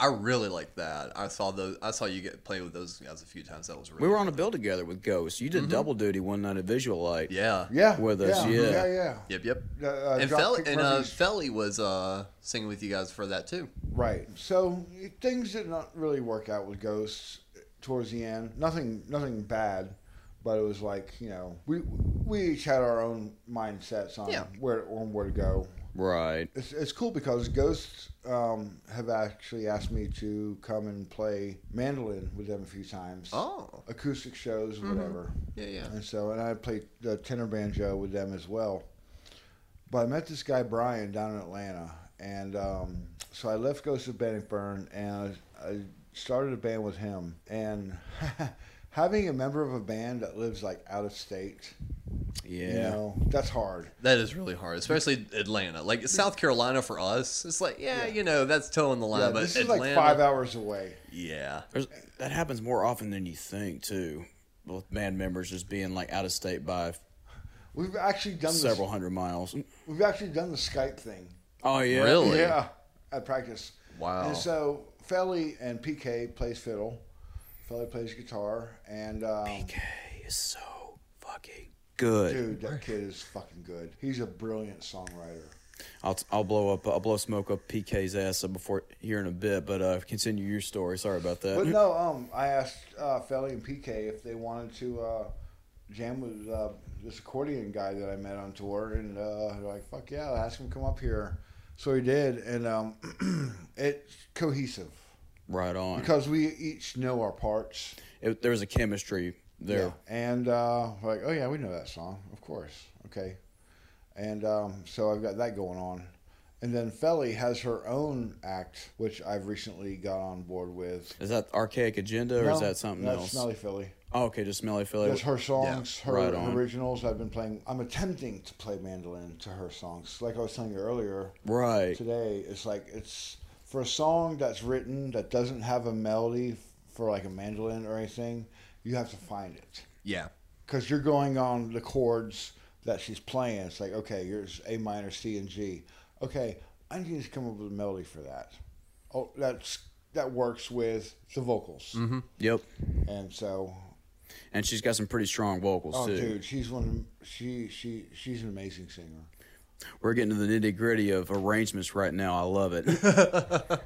Speaker 2: I really like that. I saw those. I saw you get play with those guys a few times. That was really.
Speaker 3: We were on a bill together with Ghost. You did double duty one night at Visual Light.
Speaker 2: Mm-hmm. Yeah.
Speaker 4: Yeah,
Speaker 3: With us, yeah.
Speaker 4: yeah, yeah.
Speaker 2: Yep. Yep.
Speaker 4: Uh, uh,
Speaker 2: and Fel-
Speaker 4: Dropkick
Speaker 2: and uh,
Speaker 4: Murphys.
Speaker 2: Felly was uh, singing with you guys for that too.
Speaker 4: Right. So things did not really work out with Ghosts towards the end. Nothing, nothing bad, but it was like you know we we each had our own mindsets on
Speaker 2: Yeah.
Speaker 4: where on where to go.
Speaker 3: Right.
Speaker 4: It's, it's cool because Ghosts um, have actually asked me to come and play mandolin with them a few times.
Speaker 2: Oh. Mm-hmm.
Speaker 4: Acoustic shows, whatever.
Speaker 2: Yeah. Yeah.
Speaker 4: And so, and I played the tenor banjo with them as well. But I met this guy Brian down in Atlanta, and um, so I left Ghost of Bannockburn and *laughs* I, I started a band with him. And having a member of a band that lives like out of state,
Speaker 3: Yeah.
Speaker 4: you know, that's hard.
Speaker 2: That is really hard, especially Atlanta. Like South Carolina for us, it's like yeah, you know, that's toeing the line.
Speaker 4: Yeah,
Speaker 2: but
Speaker 4: this is
Speaker 2: Atlanta,
Speaker 4: like five hours away.
Speaker 2: Yeah,
Speaker 3: There's, that happens more often than you think, too. With band members just being like out of state by
Speaker 4: We've actually done this-
Speaker 3: several hundred miles.
Speaker 4: We've actually done the Skype thing.
Speaker 3: Oh yeah,
Speaker 2: Really?
Speaker 4: Yeah, at practice.
Speaker 2: Wow.
Speaker 4: And so Felly and PK plays fiddle. Felly plays guitar, and um,
Speaker 3: Okay, is so fucking good.
Speaker 4: dude, that kid is fucking good. He's a brilliant songwriter.
Speaker 3: I'll I'll blow up I'll blow smoke up PK's ass before here in a bit, but uh, continue your story. Sorry about that.
Speaker 4: But no, um, I asked uh, Felly and PK if they wanted to uh, jam with uh, this accordion guy that I met on tour, and uh, they're like, "Fuck yeah, ask him to come up here." So he did, and um, *clears throat* it's cohesive
Speaker 3: Right on.
Speaker 4: because we each know our parts.
Speaker 3: It, there was a chemistry there.
Speaker 4: And uh, like, oh yeah, we know that song, of course. Okay. And um, so I've got that going on. And then Felly has her own act, which I've recently got on board with.
Speaker 3: Is that archaic agenda or is
Speaker 4: No,
Speaker 3: that something
Speaker 4: that's
Speaker 3: else?
Speaker 4: Smelly Philly.
Speaker 3: Oh, okay, just smelly Philly.
Speaker 4: Just her songs, her,
Speaker 3: right on.
Speaker 4: originals. I've been playing. I'm attempting to play mandolin to her songs. Like I was telling you earlier
Speaker 3: Right.
Speaker 4: today, it's like it's for a song that's written that doesn't have a melody for like a mandolin or anything. You have to find it.
Speaker 2: yeah,
Speaker 4: because you're going on the chords that she's playing. It's like, okay, here's A minor, C, and G. Okay, I need to come up with a melody for that. Oh, that's that works with the vocals,
Speaker 3: Yep.
Speaker 4: and so,
Speaker 3: And she's got some pretty strong vocals
Speaker 4: oh,
Speaker 3: too.
Speaker 4: dude, she's one. She she she's an amazing singer.
Speaker 3: We're getting to the nitty gritty of arrangements right now. I love
Speaker 4: *laughs*
Speaker 3: it.
Speaker 2: well,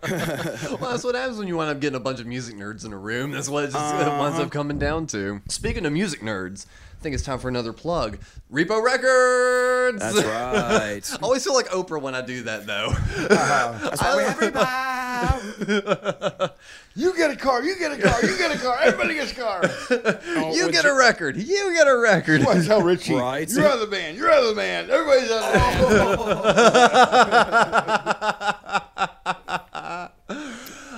Speaker 2: that's what happens when you wind up getting a bunch of music nerds in a room. That's what it just winds
Speaker 4: Uh-huh.
Speaker 2: up coming down to. Speaking of music nerds, I think it's time for another plug. Repo Records.
Speaker 3: That's right.
Speaker 2: *laughs* I always feel like Oprah when I do that,
Speaker 4: *laughs*
Speaker 2: though.
Speaker 3: That's why we have everybody.
Speaker 4: You get a car. You get a car. You get a car. Everybody gets
Speaker 3: *laughs*
Speaker 4: a car.
Speaker 2: you get a record. You get a record.
Speaker 4: Oh, What? Tell Richie.
Speaker 3: Right.
Speaker 4: You're out of the band. You're out of the band. Everybody's out of the band.
Speaker 2: *laughs*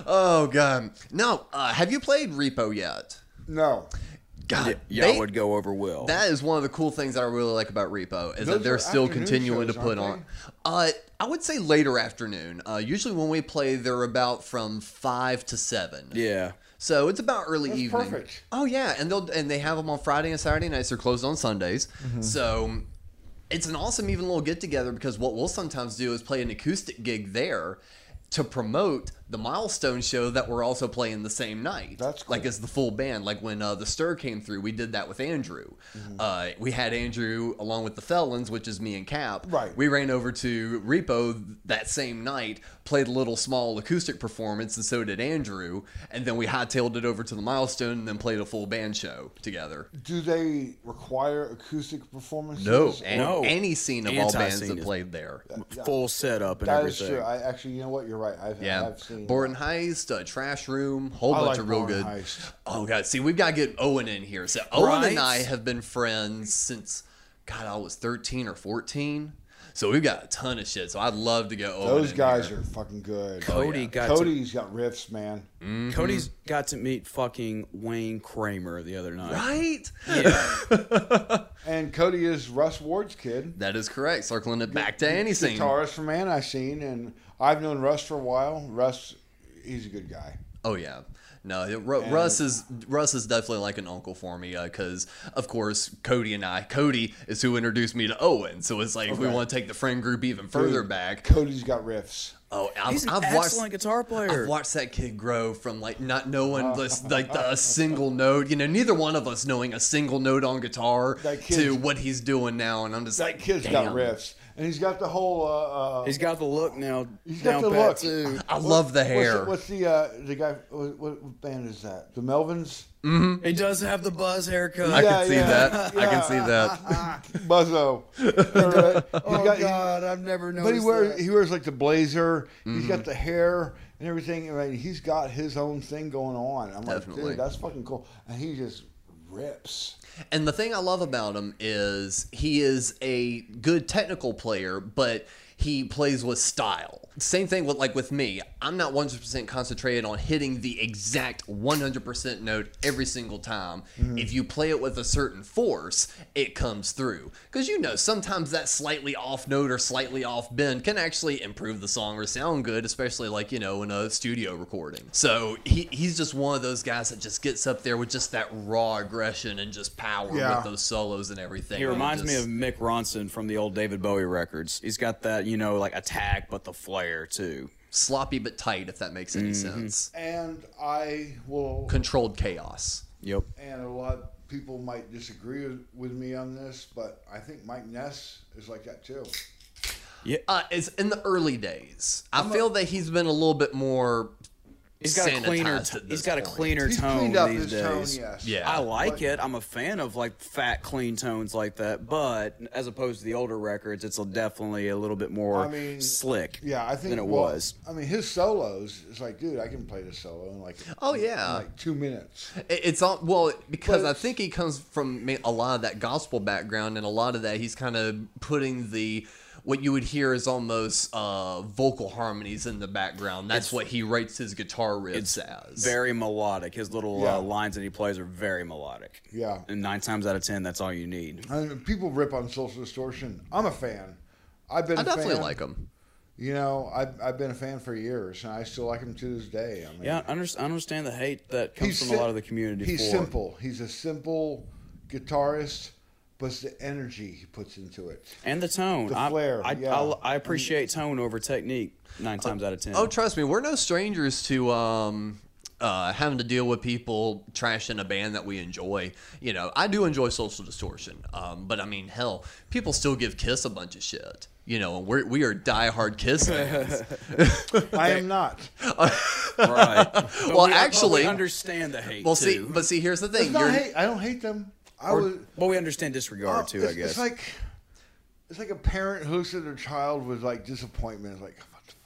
Speaker 2: Oh god. No. Uh, have you played Repo yet?
Speaker 4: no.
Speaker 2: God,
Speaker 3: *laughs* Y'all
Speaker 2: they-
Speaker 3: would go over well.
Speaker 2: That is one of the cool things that I really like about Repo is
Speaker 4: Those
Speaker 2: that they're
Speaker 4: are
Speaker 2: still
Speaker 4: afternoon
Speaker 2: continuing to
Speaker 4: shows,
Speaker 2: put on.
Speaker 4: aren't
Speaker 2: Uh, I would say later afternoon. Uh, usually when we play, they're about from five to seven.
Speaker 3: yeah.
Speaker 2: So it's about early
Speaker 4: That's
Speaker 2: evening.
Speaker 4: perfect.
Speaker 2: Oh yeah, and they'll and they have them on Friday and Saturday nights. They're closed on Sundays.
Speaker 4: Mm-hmm.
Speaker 2: So it's an awesome even little get together because what we'll sometimes do is play an acoustic gig there to promote the milestone show that we're also playing the same night.
Speaker 4: That's cool.
Speaker 2: like as the full band. Like when uh, the stir came through, we did that with Andrew. Uh, we had Andrew along with the Felons, which is me and Cap.
Speaker 4: Right.
Speaker 2: We ran over to Repo that same night, played a little small acoustic performance, and so did Andrew. And then we hightailed it over to the milestone and then played a full band show together.
Speaker 4: Do they require acoustic performances?
Speaker 2: And
Speaker 3: No.
Speaker 2: any scene of all bands
Speaker 3: Anti-scene
Speaker 2: that
Speaker 3: is-
Speaker 2: played there.
Speaker 3: Full setup and
Speaker 4: That is
Speaker 3: everything. Oh,
Speaker 4: true. I actually, you know what? You're right. I've,
Speaker 2: Yeah,
Speaker 4: I've seen.
Speaker 2: Boren Heist, uh, Trash Room, whole
Speaker 4: I
Speaker 2: bunch
Speaker 4: like
Speaker 2: of real
Speaker 4: Boren
Speaker 2: good.
Speaker 4: Heist.
Speaker 2: Oh god, see, we've got to get Owen in here. So Owen
Speaker 3: Right?
Speaker 2: and I have been friends since God, I was thirteen or fourteen. So we've got a ton of shit. So I'd love to go. Owen
Speaker 4: Those
Speaker 2: in
Speaker 4: guys
Speaker 2: here.
Speaker 4: are fucking good.
Speaker 3: Cody
Speaker 2: yeah.
Speaker 3: got to
Speaker 4: Cody's got riffs, man.
Speaker 2: Mm.
Speaker 3: Cody's got to meet fucking Wayne Kramer the other night.
Speaker 2: right.
Speaker 4: And Cody is Russ Ward's kid,
Speaker 2: That is correct. Circling it back to any scene.
Speaker 4: guitarist from Anti-Scene, and I've known Russ for a while. Russ, he's a good guy.
Speaker 2: Oh yeah. No, it- Ru- Russ is Russ is definitely like an uncle for me because, of course, Cody and I. Cody is who introduced me to Owen, so it's like if we
Speaker 4: Okay.
Speaker 2: want to take the friend group even further back.
Speaker 4: Cody's got riffs.
Speaker 2: Oh, I've,
Speaker 3: He's an
Speaker 2: I've watched
Speaker 3: excellent guitar player.
Speaker 2: I've watched that kid grow from like not knowing this,
Speaker 4: *laughs*
Speaker 2: like the, a single note. You know, neither one of us knowing a single note on guitar
Speaker 4: That kid's-
Speaker 2: to what he's doing now, and I'm just
Speaker 4: That
Speaker 2: like,
Speaker 4: kid's
Speaker 2: damn.
Speaker 4: got riffs, and he's got the whole. Uh, uh,
Speaker 3: He's got the look now.
Speaker 4: he's
Speaker 3: down
Speaker 4: got the
Speaker 3: pat,
Speaker 4: look.
Speaker 3: too.
Speaker 2: I love the
Speaker 4: What's
Speaker 2: hair.
Speaker 4: the, what's the uh, the guy? What, what band is that? The Melvins.
Speaker 3: He does have the buzz haircut.
Speaker 2: I
Speaker 4: Yeah,
Speaker 2: can see
Speaker 4: yeah,
Speaker 2: that. I can see
Speaker 4: yeah.
Speaker 2: that.
Speaker 4: Buzzo. *laughs* Alright. He's
Speaker 3: oh
Speaker 4: got- he-
Speaker 3: God, I've never noticed.
Speaker 4: But he wears
Speaker 3: that.
Speaker 4: he wears like the blazer. He's
Speaker 3: Mm-hmm.
Speaker 4: got the hair and everything. I mean, he's got his own thing going on. I'm like,
Speaker 2: Definitely.
Speaker 4: dude, that's fucking cool. And he just rips.
Speaker 2: And the thing I love about him is he is a good technical player, but he plays with style. Same thing with like with me. I'm not 100% concentrated on hitting the exact 100% note every single time.
Speaker 4: Mm-hmm.
Speaker 2: If you play it with a certain force, it comes through. Cuz you know, sometimes that slightly off note or slightly off bend can actually improve the song or sound good, especially like, you know, in a studio recording. So, he he's just one of those guys that just gets up there with just that raw aggression and just power
Speaker 4: Yeah.
Speaker 2: with those solos and everything.
Speaker 3: He
Speaker 2: And
Speaker 3: reminds me
Speaker 2: just-
Speaker 3: of Mick Ronson from the old David Bowie records. He's got that, you know, like attack but the flair too.
Speaker 2: sloppy but tight, if that makes any
Speaker 3: Mm-hmm.
Speaker 2: sense.
Speaker 4: And I will,
Speaker 2: Controlled chaos.
Speaker 3: Yep.
Speaker 4: and a lot of people might disagree with- with me on this, but I think Mike Ness is like that too.
Speaker 2: Uh, it's in the early days. I feel that he's been a little bit more.
Speaker 3: He's got a cleaner.
Speaker 2: sanitized
Speaker 3: T-
Speaker 2: at
Speaker 3: he's
Speaker 2: this
Speaker 3: got a
Speaker 2: point.
Speaker 3: cleaner
Speaker 4: He's
Speaker 3: tone
Speaker 4: cleaned up
Speaker 3: these
Speaker 4: his
Speaker 3: days.
Speaker 4: tone, yes.
Speaker 2: Yeah.
Speaker 3: I like
Speaker 4: But-
Speaker 3: it. I'm a fan of like fat, clean tones like that. But as opposed to the older records, it's definitely a little bit more
Speaker 4: I mean,
Speaker 3: slick.
Speaker 4: Yeah, I think
Speaker 3: than it
Speaker 4: well,
Speaker 3: was.
Speaker 4: I mean, his solos. It's like, dude, I can play this solo in like
Speaker 2: Oh, yeah.
Speaker 4: in like two minutes.
Speaker 2: It- It's all well because
Speaker 4: But
Speaker 2: I
Speaker 4: it's-
Speaker 2: think he comes from ma- a lot of that gospel background, and a lot of that he's kind of putting the what you would hear is almost uh, vocal harmonies in the background. That's what he writes his guitar riffs as.
Speaker 3: Very melodic. His little
Speaker 4: Yeah.
Speaker 3: uh, lines that he plays are very melodic.
Speaker 4: Yeah.
Speaker 3: And nine times out of ten, that's all you need.
Speaker 4: I mean, people rip on Social Distortion. I'm a fan. I've been.
Speaker 2: I
Speaker 4: a
Speaker 2: definitely
Speaker 4: fan.
Speaker 2: like him.
Speaker 4: You know, I've, I've been a fan for years, and I still like him to this day. I mean,
Speaker 3: Yeah, I under- I understand the hate that comes from
Speaker 4: sim-
Speaker 3: a lot of the community.
Speaker 4: He's
Speaker 3: for-
Speaker 4: simple. He's a simple guitarist, but it's the energy he puts into
Speaker 2: *laughs*
Speaker 4: it.
Speaker 3: and the tone.
Speaker 4: The
Speaker 3: I,
Speaker 4: flair,
Speaker 3: I,
Speaker 4: yeah.
Speaker 3: I, I appreciate tone over technique nine times out of ten.
Speaker 2: Oh, *laughs* trust me, we're no strangers to um, uh, having to deal with people trashing a band that we enjoy. You know, I do enjoy Social Distortion, um, but I mean, hell, people still give Kiss a bunch of shit. You know, and we're, we are diehard Kiss
Speaker 3: *laughs*
Speaker 2: fans.
Speaker 4: I am not.
Speaker 3: right. But
Speaker 2: Well,
Speaker 3: we- but
Speaker 2: actually-
Speaker 3: we understand the hate.
Speaker 2: well,
Speaker 3: too.
Speaker 2: see, but see, here's the
Speaker 4: It's
Speaker 2: thing.
Speaker 4: not
Speaker 2: You're,
Speaker 4: hate. I don't hate them. I
Speaker 3: Or-
Speaker 4: was.
Speaker 3: but we understand disregard
Speaker 4: Oh,
Speaker 3: too.
Speaker 4: it's,
Speaker 3: I guess.
Speaker 4: it's like it's like a parent who looks at their child with like disappointment. It's like what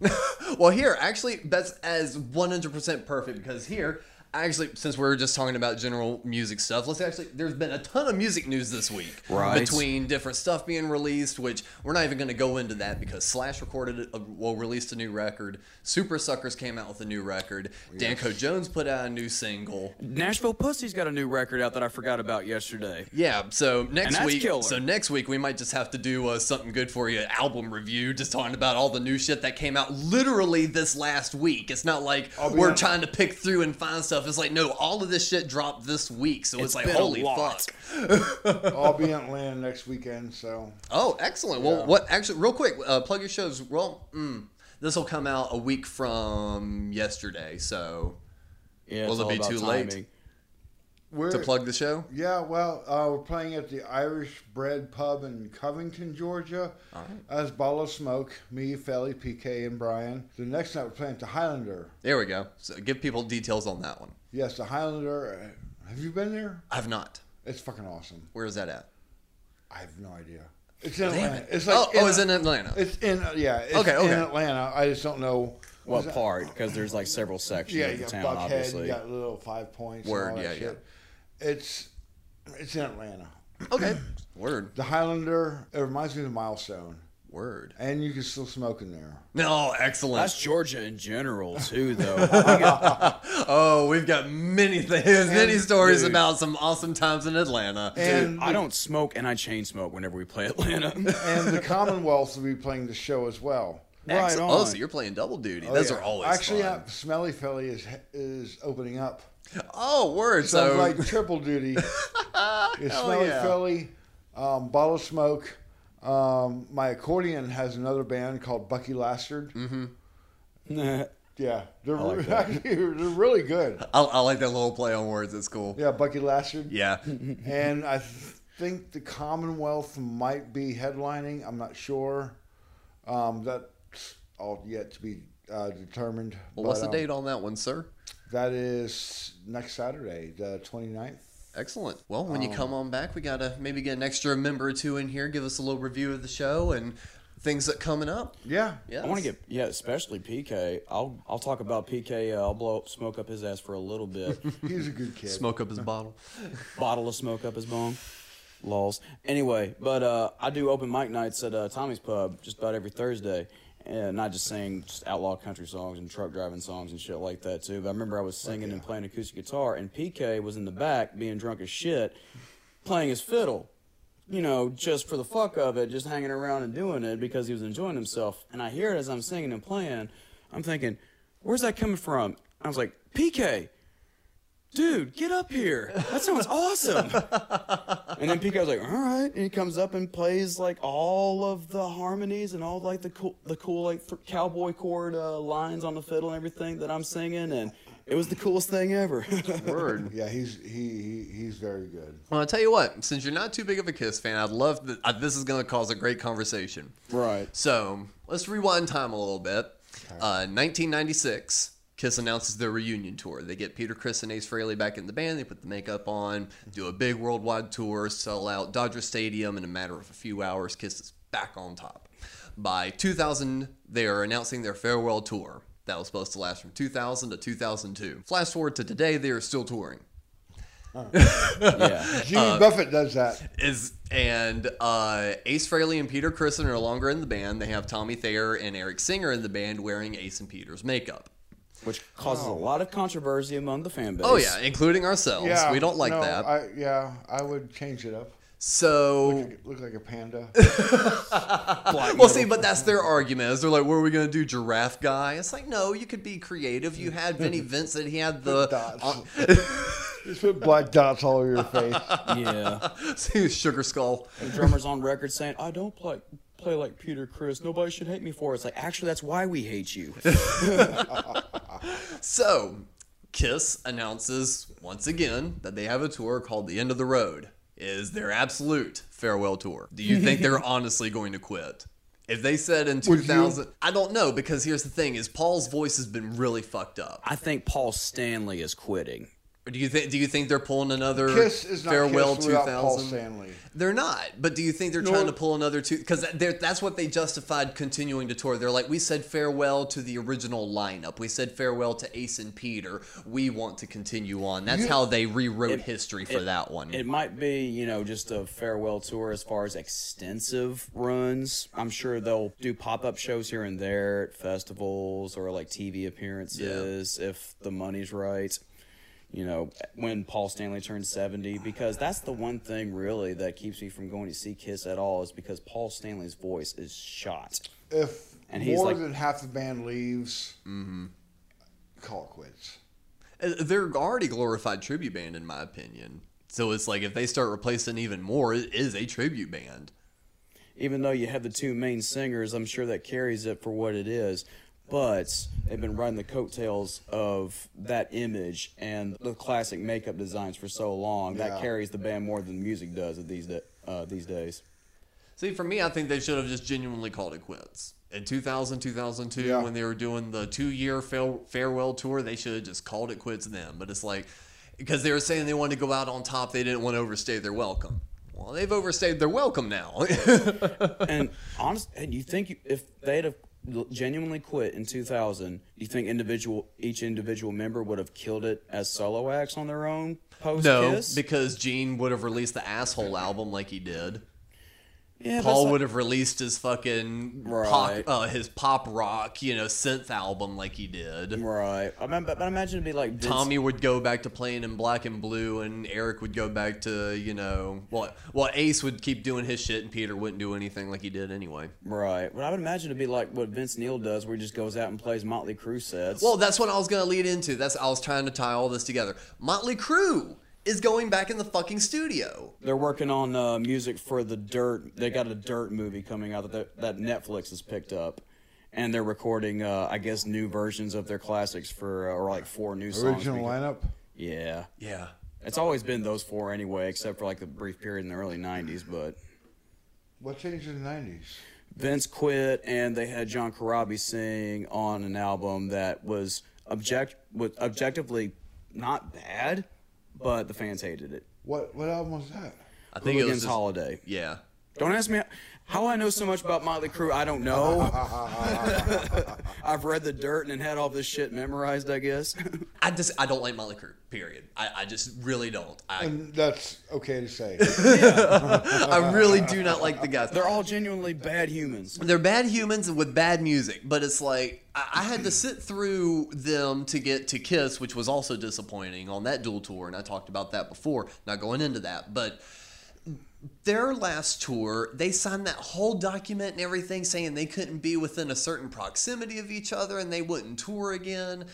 Speaker 4: the fuck.
Speaker 2: Well, here, actually, that's as 100% perfect because here, actually, since we are just talking about general music stuff, let's actually, there's been a ton of music news this week.
Speaker 3: Right.
Speaker 2: Between different stuff being released, which we're not even going to go into that because Slash recorded, a, well, released a new record. Super Suckers came out with a new record.
Speaker 4: Oh,
Speaker 2: Danco Jones put out a new single.
Speaker 3: Nashville Pussy's got a new record out that I forgot about yesterday.
Speaker 2: Yeah, so next
Speaker 3: that's
Speaker 2: week,
Speaker 3: killer.
Speaker 2: so next week we might just have to do uh, something good for you album review, just talking about all the new shit that came out literally this last week. It's not like
Speaker 4: be
Speaker 2: we're
Speaker 4: honest.
Speaker 2: trying to pick through and find stuff. It's like no, all of this shit dropped this week, so it's,
Speaker 3: It's
Speaker 2: like
Speaker 3: been a
Speaker 2: holy
Speaker 3: lot.
Speaker 2: fuck. *laughs*
Speaker 4: I'll be in Atlanta next weekend, so
Speaker 2: Oh, excellent. Well, what actually, real quick, uh, plug your shows. Well, mm, this will come out a week from yesterday, so
Speaker 3: Yeah,
Speaker 2: Will
Speaker 3: it's
Speaker 2: it
Speaker 3: all
Speaker 2: be
Speaker 3: about
Speaker 2: too late?
Speaker 3: timing.
Speaker 4: we're
Speaker 2: to plug the show.
Speaker 4: Yeah, well, uh, we're playing at the Irish Bread Pub in Covington, Georgia. As Ball of Smoke, me, Felly, PK, and Brian. The next night we're playing at the Highlander.
Speaker 2: There we go. So give people details on that one.
Speaker 4: Yes, the Highlander. uh, Have you been there?
Speaker 2: I've not.
Speaker 4: It's fucking awesome.
Speaker 2: Where is that at?
Speaker 4: I have no idea. It's in
Speaker 2: Damn
Speaker 4: Atlanta.
Speaker 2: it.
Speaker 4: It's like
Speaker 2: oh, oh, it's in Atlanta.
Speaker 4: It's in uh, yeah. It's
Speaker 2: Okay, okay.
Speaker 4: In Atlanta, I just don't know
Speaker 3: What part? Because there's like several sections
Speaker 4: Yeah,
Speaker 3: of
Speaker 4: you
Speaker 3: the
Speaker 4: got
Speaker 3: town,
Speaker 4: Buckhead,
Speaker 3: obviously.
Speaker 4: you got little five points.
Speaker 2: Word,
Speaker 4: and all that
Speaker 2: yeah, yeah.
Speaker 4: shit. It's it's in Atlanta.
Speaker 3: *clears throat*
Speaker 2: okay. Word.
Speaker 4: The Highlander. It reminds me of the Milestone,
Speaker 2: Word.
Speaker 4: and you can still smoke in there.
Speaker 2: No, excellent.
Speaker 3: That's Georgia in
Speaker 4: *laughs*
Speaker 3: general too, though.
Speaker 2: oh, we've got many *laughs* things, many stories
Speaker 4: dude.
Speaker 2: about some awesome times in Atlanta.
Speaker 4: And
Speaker 3: I don't smoke, and I chain smoke whenever we play Atlanta. *laughs*
Speaker 4: and the Commonwealth will be playing the show as well.
Speaker 3: right
Speaker 2: Excellent.
Speaker 3: on.
Speaker 2: Oh, so you're playing double duty. Those
Speaker 4: Yeah.
Speaker 2: are always
Speaker 4: actually
Speaker 2: fun.
Speaker 4: uh, Smelly Felly is is opening up.
Speaker 2: Oh, word.
Speaker 4: So,
Speaker 2: So,
Speaker 4: like triple
Speaker 2: *laughs*
Speaker 4: duty. it's Smelly
Speaker 2: yeah.
Speaker 4: Philly, um, Bottle Smoke. Um, my accordion has another band called Bucky Lastard.
Speaker 2: Mm-hmm.
Speaker 4: Yeah, they're, *laughs*
Speaker 3: like that.
Speaker 4: actually, they're really good.
Speaker 2: I, I like that little play on words. It's cool.
Speaker 4: Yeah, Bucky Lastard.
Speaker 2: Yeah.
Speaker 4: *laughs* And I think the Commonwealth might be headlining. I'm not sure. Um, that's all yet to be uh, determined.
Speaker 2: Well, what's
Speaker 4: But,
Speaker 2: the
Speaker 4: um,
Speaker 2: date on that one, sir?
Speaker 4: That is next Saturday, the 29th.
Speaker 2: Excellent. Well, when you
Speaker 4: Um,
Speaker 2: come on back, we got to maybe get an extra member or two in here, give us a little review of the show and things that coming up.
Speaker 4: Yeah.
Speaker 2: Yeah.
Speaker 3: I want to get yeah, especially PK. I'll I'll talk about PK. Uh, I'll blow up, smoke up his ass for a little bit.
Speaker 4: He's a good kid.
Speaker 2: smoke up his bottle.
Speaker 3: Bottle of smoke up his bong. Lols. Anyway, but uh, I do open mic nights at uh, Tommy's Pub just about every Thursday, and I just sing just outlaw country songs and truck driving songs and shit like that too. But I remember I was singing and playing acoustic guitar, and PK was in the back being drunk as shit, playing his fiddle. You know, just for the fuck of it, just hanging around and doing it because he was enjoying himself. And I hear it as I'm singing and playing. I'm thinking, where's that coming from? I was like, PK, dude, get up here. That sounds awesome. And then Pico's like, all right. And he comes up and plays like all of the harmonies and all like the cool, the cool like th- cowboy chord uh, lines on the fiddle and everything that I'm singing. And it was the coolest thing ever. *laughs*
Speaker 2: Word.
Speaker 4: Yeah, he's he, he he's very *laughs* good.
Speaker 2: Well, I'll tell you what, since you're not too big of a Kiss fan, I'd love th- uh, this is going to cause a great conversation.
Speaker 3: right.
Speaker 2: So let's rewind time a little bit. Uh, 1996, Kiss announces their reunion tour. They get Peter, Chris, and Ace Frehley back in the band. They put the makeup on, do a big worldwide tour, sell out Dodger Stadium in a matter of a few hours. Kiss is back on top. By 2000, they are announcing their farewell tour. That was supposed to last from 2000 to 2002. Flash forward to today, they are still touring.
Speaker 3: Yeah.
Speaker 4: Jimmy
Speaker 2: Uh,
Speaker 4: Buffett does that.
Speaker 2: *laughs* is and uh, Ace Frehley and Peter Christen are no longer in the band. They have Tommy Thayer and Eric Singer in the band wearing Ace and Peter's makeup.
Speaker 3: Which causes a lot of controversy among the fan base.
Speaker 2: Oh yeah, including ourselves.
Speaker 4: Yeah,
Speaker 2: we don't like
Speaker 4: no,
Speaker 2: that.
Speaker 4: I, yeah, I would change it up.
Speaker 2: so
Speaker 4: Look like a
Speaker 2: *laughs*
Speaker 4: panda.
Speaker 2: well, see, but that's their argument. Is they're like, "What are we gonna do, Giraffe Guy?" It's like, no, you could be creative. You had
Speaker 4: *laughs*
Speaker 2: Vinnie Vincent. He had the
Speaker 4: dots.
Speaker 2: Uh, *laughs*
Speaker 4: Just put black dots all over your face.
Speaker 3: *laughs* Yeah.
Speaker 2: *laughs* Sugar Skull.
Speaker 3: The drummer's on record saying, I don't play. Play like Peter Chris. Nobody should hate me for it. It's like actually that's why we hate
Speaker 2: *laughs*
Speaker 3: you.
Speaker 2: So, Kiss announces once again that they have a tour called The End of the Road. It Is their absolute farewell tour? Do you think
Speaker 4: *laughs*
Speaker 2: they're honestly going to quit? If they said in
Speaker 4: Would you?
Speaker 2: 2000, I don't know because here's the thing: is Paul's voice has been really fucked up.
Speaker 3: I think Paul Stanley is quitting.
Speaker 2: Or do you think? Do you think they're pulling another
Speaker 4: Kiss is not
Speaker 2: farewell
Speaker 4: Kiss without Paul
Speaker 2: 2000?
Speaker 4: Stanley.
Speaker 2: They're not. But do you think they're trying to pull another two? Because that's what they justified continuing to tour. They're like, we said farewell to the original lineup. We said farewell to Ace and Peter. We want to continue on. That's how they rewrote history for that one.
Speaker 3: It might be, you know, just a farewell tour as far as extensive runs. I'm sure they'll do pop up shows here and there at festivals or like TV appearances if the money's right. You know, when Paul Stanley turned 70, because that's the one thing really that keeps me from going to see Kiss at all is because Paul Stanley's voice is shot.
Speaker 4: If
Speaker 3: And he's
Speaker 4: more
Speaker 3: like- Mm-hmm.
Speaker 4: than half the band leaves, call it quits.
Speaker 2: Uh, They're already glorified tribute band, in my opinion. So it's like if they start replacing even more, it is a tribute band.
Speaker 3: even though you have the two main singers, I'm sure that carries it for what it is. But they've been riding the coattails of that image and the classic makeup designs for so long. That
Speaker 4: Yeah.
Speaker 3: carries the band more than music does of these da- uh, these days.
Speaker 2: See, for me, I think they should have just genuinely called it quits. In 2000, 2002,
Speaker 4: Yeah.
Speaker 2: when they were doing the two year farewell tour, they should have just called it quits then. But it's like, because they were saying they wanted to go out on top, they didn't want to overstay their welcome. Well, they've overstayed their welcome now. *laughs*
Speaker 3: and honest, and you think you- if they'd have l- genuinely quit in 2000, you think individual each individual member would have killed it as solo acts on their own post
Speaker 2: no,
Speaker 3: Kiss?
Speaker 2: because Gene would have released the asshole album like he did.
Speaker 3: yeah, but
Speaker 2: Paul
Speaker 3: it's
Speaker 2: would have released his fucking
Speaker 3: Right.
Speaker 2: pop, uh, his pop rock, you know, synth album like he did.
Speaker 3: like- right. I mean, but, but imagine it'd be like Vince-
Speaker 2: Tommy would go back to playing in black and blue, and Eric would go back to you know well, well Ace would keep doing his shit, and Peter wouldn't do anything like he did anyway.
Speaker 3: Right. But I would imagine it'd be like what Vince Neil does, where he just goes out and plays Motley Crue sets.
Speaker 2: Well, that's what I was gonna lead into. That's I was trying to tie all this together. Motley Crue is going back in the fucking studio.
Speaker 3: they're working on uh, music for the Dirt. They got a Dirt movie coming out that that Netflix has picked up, and they're recording, uh, I guess, new versions of their classics for uh, or like four new songs.
Speaker 4: Original
Speaker 3: because-
Speaker 4: lineup.
Speaker 3: Yeah,
Speaker 2: Yeah,
Speaker 3: it's always been those four anyway, except for like a brief period in the early '90s. But
Speaker 4: What changed in the nineties?
Speaker 3: Vince quit, and they had John Corabi sing on an album that was object was objectively not bad, but the fans hated it.
Speaker 4: What what album was that?
Speaker 2: I think it was
Speaker 3: Uh, Hooligan's
Speaker 2: just,
Speaker 3: Holiday.
Speaker 2: yeah.
Speaker 3: Don't ask me how I know so much about Motley Crue. I don't
Speaker 2: *laughs*
Speaker 3: know. I've read the dirt and had all this shit memorized, I guess. *laughs*
Speaker 2: I just I don't like Motley Crue. Period. I, I just really don't. *laughs* I
Speaker 4: And that's okay
Speaker 3: *laughs*
Speaker 4: to say.
Speaker 2: I really do not like the guys.
Speaker 3: They're all genuinely bad humans.
Speaker 2: they're bad humans with bad music, but it's like I, I had to sit through them to get to Kiss, which was also disappointing on that dual tour, and I talked about that before. Not going into that, but their last tour, they signed that whole document and everything saying they couldn't be within a certain proximity of each other and they wouldn't tour again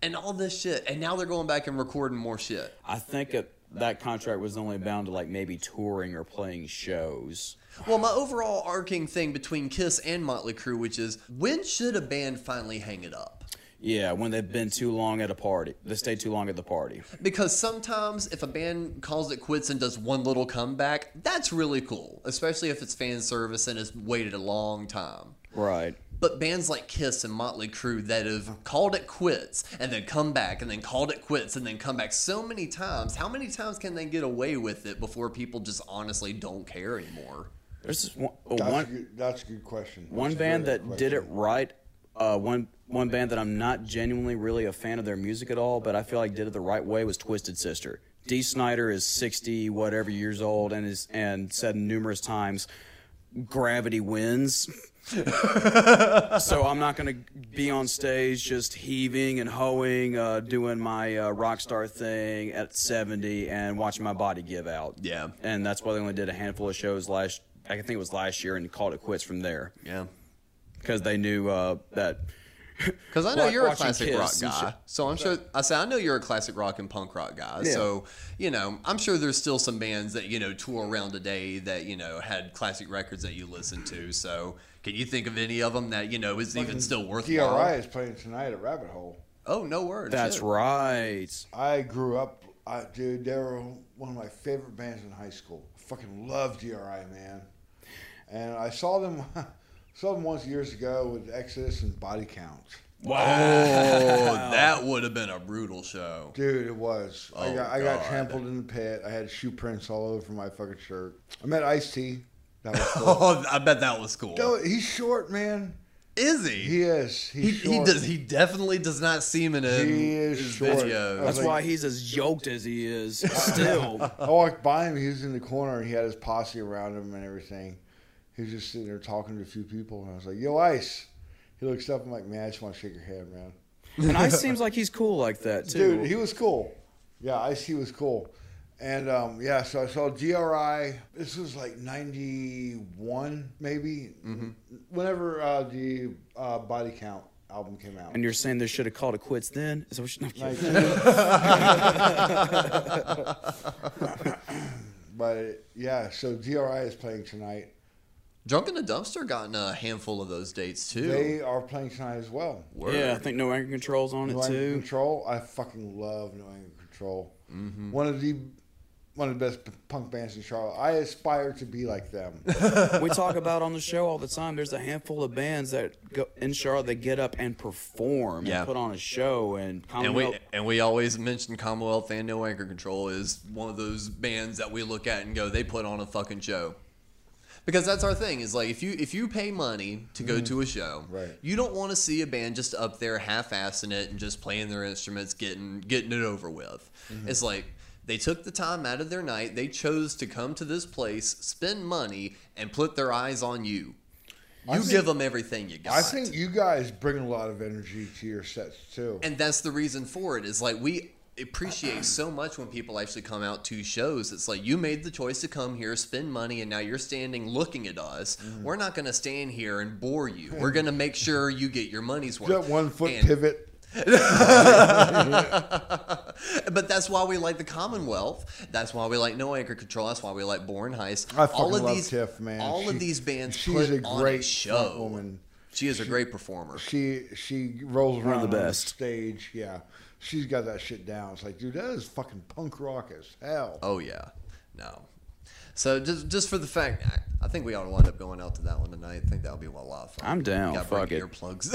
Speaker 2: and all this shit. And now they're going back and recording more shit.
Speaker 3: I think it, that contract was only bound to like maybe touring or playing shows.
Speaker 2: Well, my overall arcing thing between Kiss and Motley Crue, which is when should a band finally hang it up?
Speaker 3: Yeah, when they've been too long at a party. They stay too long at the party.
Speaker 2: Because sometimes if a band calls it quits and does one little comeback, that's really cool, especially if it's fan service and has waited a long time.
Speaker 3: Right.
Speaker 2: But bands like Kiss and Motley Crue that have called it quits and then come back and then called it quits and then come back so many times, how many times can they get away with it before people just honestly don't care anymore?
Speaker 3: There's this one, oh,
Speaker 4: That's,
Speaker 3: one-
Speaker 4: a, good, that's a good question.
Speaker 3: one
Speaker 4: That's a
Speaker 3: band
Speaker 4: great
Speaker 3: that did it
Speaker 4: question.
Speaker 3: right uh, one one band that i'm not genuinely really a fan of their music at all but i feel like did it the right way was twisted sister d snyder is 60 whatever years old and is and said numerous times gravity wins so i'm not going to be on stage just heaving and hoeing uh, doing my uh, rock star thing at 70 and watching my body give out
Speaker 2: Yeah.
Speaker 3: and that's why they only did a handful of shows last i think it was last year and called it quits from there
Speaker 2: Yeah.
Speaker 3: because they knew uh, that.
Speaker 2: Because I know
Speaker 3: Like
Speaker 2: you're a
Speaker 3: watching
Speaker 2: classic
Speaker 3: Kiss
Speaker 2: rock
Speaker 3: and
Speaker 2: guy,
Speaker 3: shit.
Speaker 2: so I'm sure. I say I know you're a classic rock and punk rock guy,
Speaker 3: Yeah.
Speaker 2: so you know I'm sure there's still some bands that you know tour around today that you know had classic records that you listen to. So can you think of any of them that you know is even still worthwhile?
Speaker 4: DRI is playing tonight at Rabbit Hole.
Speaker 2: Oh no words.
Speaker 3: That's
Speaker 2: shit.
Speaker 3: right.
Speaker 4: I grew up, I, dude. They were one of my favorite bands in high school. Fucking love DRI, man. And I saw them, *laughs* saw them once years ago with Exodus and Body Count.
Speaker 2: Oh, that would have been a brutal
Speaker 3: *laughs*
Speaker 2: show.
Speaker 4: Dude, it was. I
Speaker 2: Oh,
Speaker 4: got, I got
Speaker 2: God.
Speaker 4: trampled in the pit. I had shoe prints all over my fucking shirt. I met Ice T. That was
Speaker 2: *laughs*
Speaker 4: cool.
Speaker 2: Oh, I bet that was cool.
Speaker 4: Dude, he's short, man.
Speaker 2: Is he?
Speaker 4: He is. He's
Speaker 2: he,
Speaker 4: short.
Speaker 2: he does. He definitely does not seem it in
Speaker 4: He is
Speaker 2: his
Speaker 4: short.
Speaker 2: videos.
Speaker 4: That's
Speaker 3: That's
Speaker 4: like-
Speaker 3: why he's as yoked as he is
Speaker 4: *laughs*
Speaker 3: still.
Speaker 4: I walked by him. He was in the corner. He had his posse around him and everything. He was just sitting there talking to a few people. And I was like, yo, Ice. He looks up. I'm like, man, I just want to shake your hand, man.
Speaker 3: and I seems like he's cool like that too.
Speaker 4: Dude, he was cool. Yeah, Ice, he was cool. And um, yeah, so I saw DRI. This was like 91, maybe.
Speaker 3: Mm-hmm.
Speaker 4: Whenever uh, the uh, Body Count album came out.
Speaker 3: and you're saying they should have called it quits then? Is that what you- no, I'm kidding.
Speaker 4: but yeah, so DRI is playing tonight.
Speaker 2: Drunk in a dumpster gotten a handful of those dates too.
Speaker 4: They are playing tonight as well.
Speaker 2: Word.
Speaker 3: yeah, I think No Anger Control's on
Speaker 4: No
Speaker 3: it
Speaker 4: Anger *laughs*
Speaker 3: too.
Speaker 4: Control. I fucking love No Anger Control.
Speaker 3: Mm-hmm.
Speaker 4: One of the one of the best p- punk bands in Charlotte. I aspire to be like
Speaker 3: *laughs*
Speaker 4: them.
Speaker 3: we talk about on the show all the time. There's a handful of bands that go in Charlotte that get up and perform
Speaker 2: Yeah.
Speaker 3: and put on a show and
Speaker 2: And we
Speaker 3: Commonwealth-
Speaker 2: and we always mention Commonwealth and No Anchor Control is one of those bands that we look at and go, they put on a fucking show. Because that's our thing is like if you if you pay money to go to a show,
Speaker 4: Mm-hmm. Right.
Speaker 2: you don't want to see a band just up there half-assing it and just playing their instruments, getting getting it over with.
Speaker 4: Mm-hmm.
Speaker 2: It's like they took the time out of their night, they chose to come to this place, spend money, and put their eyes on you. You give 'em give them everything you got.
Speaker 4: I think you guys bring a lot of energy to your sets too.
Speaker 2: and that's the reason for it is like we appreciate so much when people actually come out to shows it's like you made the choice to come here spend money and now you're standing looking at us
Speaker 4: Mm-hmm.
Speaker 2: we're not going to stand here and bore
Speaker 4: *laughs*
Speaker 2: you we're going to make sure you get your money's worth
Speaker 4: that one foot
Speaker 2: And-
Speaker 4: pivot.
Speaker 2: but that's why we like the commonwealth that's why we like no anchor control that's why we like born heist
Speaker 4: I fucking love Tiff, man.
Speaker 2: all
Speaker 4: She-
Speaker 2: of these bands
Speaker 4: she's
Speaker 2: put
Speaker 4: a
Speaker 2: on
Speaker 4: great
Speaker 2: a show
Speaker 4: front woman.
Speaker 2: she is a great performer
Speaker 4: She she rolls around
Speaker 3: the
Speaker 4: on
Speaker 3: best.
Speaker 4: stage. Yeah, she's got that shit down. It's like, dude, that is fucking punk rock as hell.
Speaker 2: Oh yeah, no. So just just for the fact, I, I think we ought to wind up going out to that one tonight. I think that'll be a lot of fun.
Speaker 3: I'm down.
Speaker 2: Got
Speaker 3: Fuck it.
Speaker 2: earplugs.